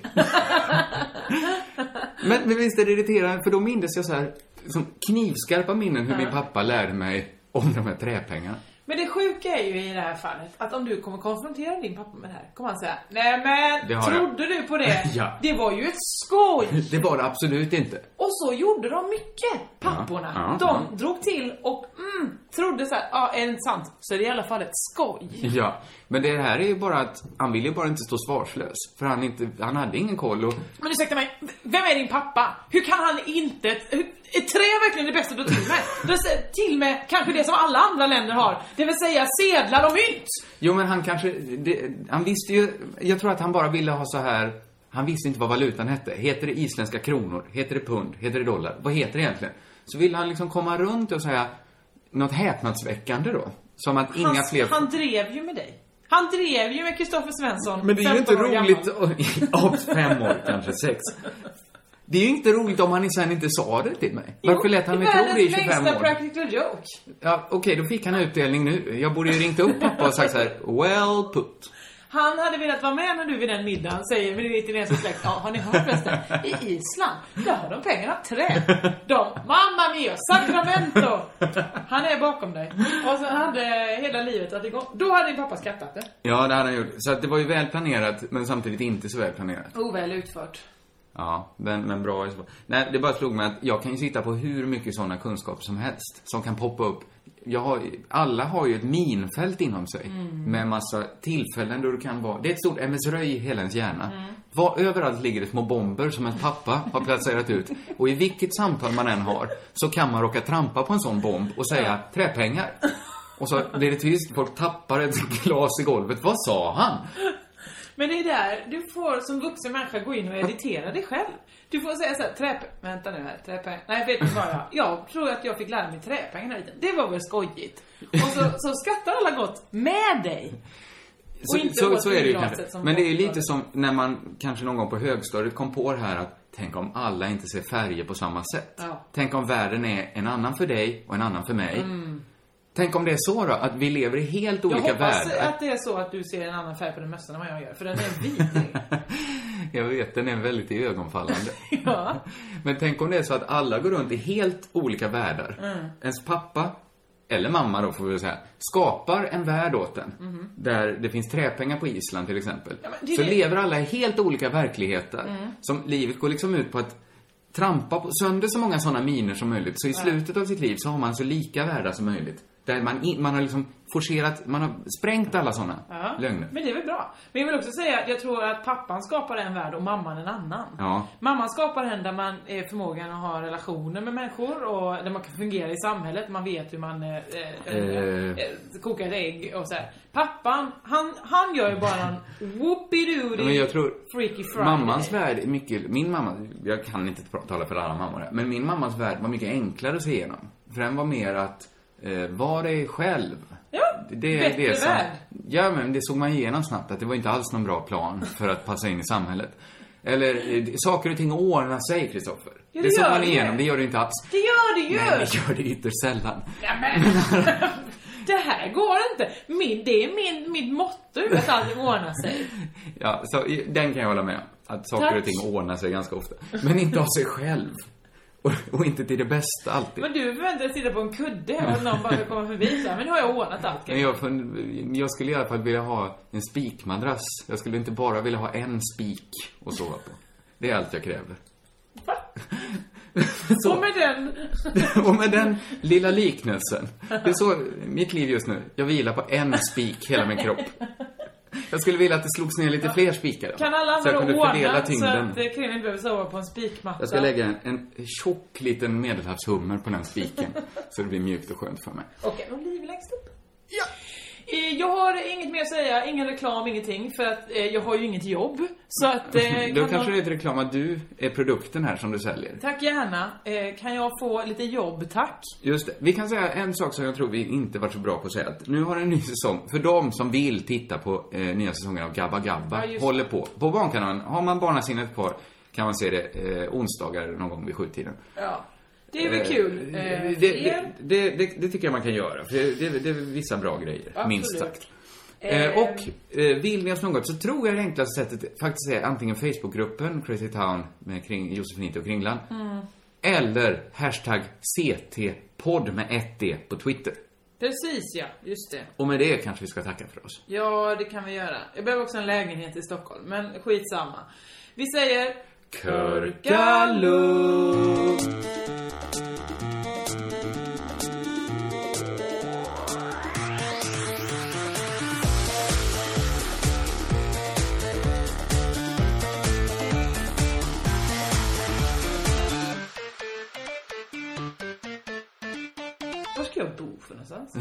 Speaker 3: men, men visst är det irriterande, för då mindes jag så här, som knivskarpa minnen hur min pappa lärde mig om de här träpengarna.
Speaker 2: Men det sjuka är ju i det här fallet att om du kommer konfrontera din pappa med det här kommer han säga Nej men
Speaker 3: Det har jag."
Speaker 2: trodde du på det?
Speaker 3: (laughs) Ja.
Speaker 2: Det var ju ett skoj!
Speaker 3: Det var det absolut inte.
Speaker 2: Och så gjorde de mycket, papporna.
Speaker 3: Ja, ja,
Speaker 2: de
Speaker 3: ja.
Speaker 2: drog till och mm, trodde så här, ja är det inte sant så är det i alla fall ett skoj.
Speaker 3: Ja, men det här är ju bara att han vill ju bara inte stå svarslös. För han, inte, han hade ingen koll och...
Speaker 2: Men ursäkta mig, vem är din pappa? Hur kan han inte... Hur, är trä verkligen det bästa du har till med? Du har till med kanske det som alla andra länder har, det vill säga sedlar och mynt.
Speaker 3: Jo, men han kanske... Det, han visste ju... Jag tror att han bara ville ha så här... Han visste inte vad valutan hette. Heter det isländska kronor? Heter det pund? Heter det dollar? Vad heter det egentligen? Så ville han liksom komma runt och säga något häpnadsväckande då. Som att inga
Speaker 2: han,
Speaker 3: fler...
Speaker 2: han drev ju med dig. Han drev ju med Kristoffer Svensson.
Speaker 3: Men det är ju inte
Speaker 2: 15 år
Speaker 3: roligt... (laughs)
Speaker 2: gammal.
Speaker 3: Av fem år, kanske sex. Det är ju inte roligt om han sen inte sa det till mig. Varför lät han mig tro det i 25
Speaker 2: Världens längsta
Speaker 3: år?
Speaker 2: practical joke.
Speaker 3: Ja, okej, då fick han utdelning nu. Jag borde ju ringt upp pappa och sagt så här, well put.
Speaker 2: Han hade velat vara med när du vid den middagen säger med din italienska släkt, ja har ni hört förresten? I Island, där har de pengarna trä. De, mamma mia, sacramento! Han är bakom dig. Och så hade hela livet att igång. Då hade din pappa skrattat det.
Speaker 3: Ja, det hade han gjort. Så att det var ju väl planerat, men samtidigt inte så väl planerat.
Speaker 2: Oväl utfört.
Speaker 3: Ja, men, men bra i så fall. Nej, det bara slog mig att jag kan ju sitta på hur mycket sådana kunskaper som helst som kan poppa upp. Jag har, alla har ju ett minfält inom sig med massa tillfällen då du kan vara... Det är ett stort MS Röj i hela ens hjärna. Var, överallt ligger det små bomber som ens pappa har placerat ut. Och i vilket samtal man än har så kan man råka trampa på en sån bomb och säga träpengar. Och så blir det tyst, folk tappar ett glas i golvet. Vad sa han?
Speaker 2: Men det är där du får som vuxen människa gå in och editera dig själv. Du får säga såhär, träp... Vänta nu här, träpeng... Nej, vet du vad jag... Jag tror att jag fick lära mig träpengen här lite. Det var väl skojigt. Och så, så skrattar alla gott med dig. Och inte åt vinglaset
Speaker 3: kanske.
Speaker 2: som
Speaker 3: Men det är ju
Speaker 2: folk gör.
Speaker 3: lite som när man kanske någon gång på högstadiet kom på det här att tänk om alla inte ser färger på samma sätt.
Speaker 2: Ja.
Speaker 3: Tänk om världen är en annan för dig och en annan för mig. Tänk om det är så då, att vi lever i helt
Speaker 2: Mm. Jag
Speaker 3: olika
Speaker 2: hoppas
Speaker 3: världar.
Speaker 2: att det är så att du ser en annan färg på den mössan än vad jag gör, för den är vidrig.
Speaker 3: (laughs) Jag vet, den är väldigt iögonfallande.
Speaker 2: (laughs) Ja.
Speaker 3: Men tänk om det är så att alla går runt i helt olika världar.
Speaker 2: Mm.
Speaker 3: Ens pappa, eller mamma då får vi väl säga, skapar en värld åt en. Där det finns träpengar på Island till exempel.
Speaker 2: Mhm. men det är
Speaker 3: så
Speaker 2: det. Mm.
Speaker 3: lever alla i helt olika verkligheter. Som livet går liksom ut på att trampa på, sönder så många sådana miner som möjligt. Så i slutet av sitt liv så har man så lika världar som möjligt. Där man, in, man har liksom forcerat, man har sprängt alla sådana
Speaker 2: Ja.
Speaker 3: lögner.
Speaker 2: Men det är väl bra. Men jag vill också säga att jag tror att pappan skapar en värld och mamman en annan.
Speaker 3: Ja.
Speaker 2: Mamman skapar en där man är förmågan att ha relationer med människor och där man kan fungera i samhället. Man vet hur man eh, eh,
Speaker 3: Eh.
Speaker 2: eh, kokar ett ägg och så här. Pappan, han, han gör ju bara en
Speaker 3: Ja, men
Speaker 2: whoopie-doody
Speaker 3: jag tror
Speaker 2: freaky friday.
Speaker 3: mammans värld är mycket, min mamma, jag kan inte pra- tala för alla mammor här, men min mammas värld var mycket enklare att se igenom. För den var mer att, eh, var dig själv.
Speaker 2: Ja,
Speaker 3: Det- det, är
Speaker 2: bättre
Speaker 3: det som,
Speaker 2: värld.
Speaker 3: Ja, men det såg man igenom snabbt att det var inte alls någon bra plan för att passa in i samhället. Eller, eh, saker och ting ordnar sig, Kristoffer.
Speaker 2: Ja, det
Speaker 3: det såg
Speaker 2: gör
Speaker 3: man
Speaker 2: det.
Speaker 3: igenom, det gör det inte alls.
Speaker 2: Det gör det ju!
Speaker 3: Nej, det gör det ytterst sällan.
Speaker 2: Nämen! (laughs) det här går inte! Min, det är min, mitt motto att allting ordnar sig.
Speaker 3: Ja, så i- den kan jag hålla med om. Att saker
Speaker 2: Tack.
Speaker 3: och ting ordnar sig ganska ofta. Men inte av sig själv. Och, och inte till det bästa alltid.
Speaker 2: Men du förväntar dig sitta på en kudde och att någon bara ska komma förbi så här, men nu har jag ordnat allt.
Speaker 3: Men jag, fun- jag skulle i alla fall vilja ha en spikmadrass. Jag skulle inte bara vilja ha en spik att sova på. Det är allt jag kräver. (laughs)
Speaker 2: Och med den...
Speaker 3: Och med den lilla liknelsen. Det är så mitt liv just nu. Jag vilar på en spik, hela min kropp. Jag skulle vilja att det slogs ner lite fler spikar.
Speaker 2: Kan alla
Speaker 3: så jag
Speaker 2: andra
Speaker 3: kunde fördela
Speaker 2: ordna så
Speaker 3: tyngden.
Speaker 2: att eh, kvinnan inte behöver sova på en spikmatta?
Speaker 3: Jag ska lägga en, en tjock liten medelhavshummer på den spiken. så det blir mjukt och skönt för mig.
Speaker 2: Okej, oliv längst upp. Ja. Eh, Jag har inget mer att säga, ingen reklam, ingenting, för att eh, jag har ju inget jobb. Så att... eh, kan
Speaker 3: (laughs) Då
Speaker 2: någon-
Speaker 3: kanske det är ett reklam att du är produkten här som du säljer.
Speaker 2: Tack gärna. Eh, Kan jag få lite jobb, tack?
Speaker 3: Just det. Vi kan säga en sak som jag tror vi inte varit så bra på att säga. Att nu har en ny säsong, för de som vill titta på eh, nya säsongen av Gabba Gabba,
Speaker 2: Ja, just det.
Speaker 3: håller på. På Barnkanalen, har man Barnasinnet kvar kan man se det eh, onsdagar någon gång vid sjutiden.
Speaker 2: Ja. Det är väl
Speaker 3: Eh,
Speaker 2: kul. Eh,
Speaker 3: Det,
Speaker 2: fler?
Speaker 3: det, det, det, det tycker jag man kan göra, för det, det, det är vissa bra grejer,
Speaker 2: Absolut.
Speaker 3: minst sagt. Eh, och eh, vill ni oss något så tror jag det enklaste sättet faktiskt är antingen Facebookgruppen Crazy Town med kring Josefinito och Kringlan.
Speaker 2: Mm.
Speaker 3: Eller hashtag CT-podd med ett D på Twitter.
Speaker 2: Precis ja, just det.
Speaker 3: Och med det kanske vi ska tacka för oss.
Speaker 2: Ja, det kan vi göra. Jag behöver också en lägenhet i Stockholm, men skitsamma. Vi säger...
Speaker 3: Körkalund!
Speaker 2: Var ska jag bo för någonstans?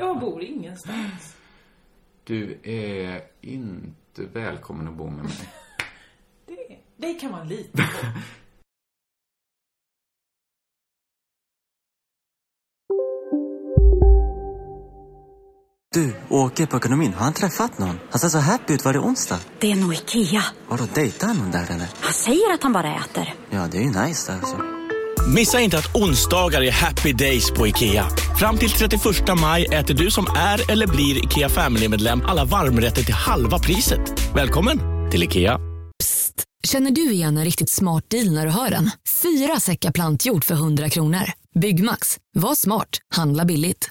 Speaker 2: jag bor ingenstans.
Speaker 3: Du är inte välkommen att bo med mig.
Speaker 2: Det, det kan man lita på.
Speaker 8: Du, åker på ekonomin. Har han träffat någon? Han ser så happy ut. Var det onsdag?
Speaker 9: Det är nog Ikea.
Speaker 8: Vadå, dejtar han någon där eller?
Speaker 9: Han säger att han bara äter.
Speaker 8: Ja, det är ju nice alltså.
Speaker 10: Missa inte att onsdagar är happy days på IKEA. Fram till 31 maj äter du som är eller blir IKEA Family-medlem alla varmrätter till halva priset. Välkommen till IKEA.
Speaker 11: Känner du igen en riktigt smart deal när du hör den? Fyra säckar plantjord för 100 kronor. Byggmax. Var smart. Handla billigt.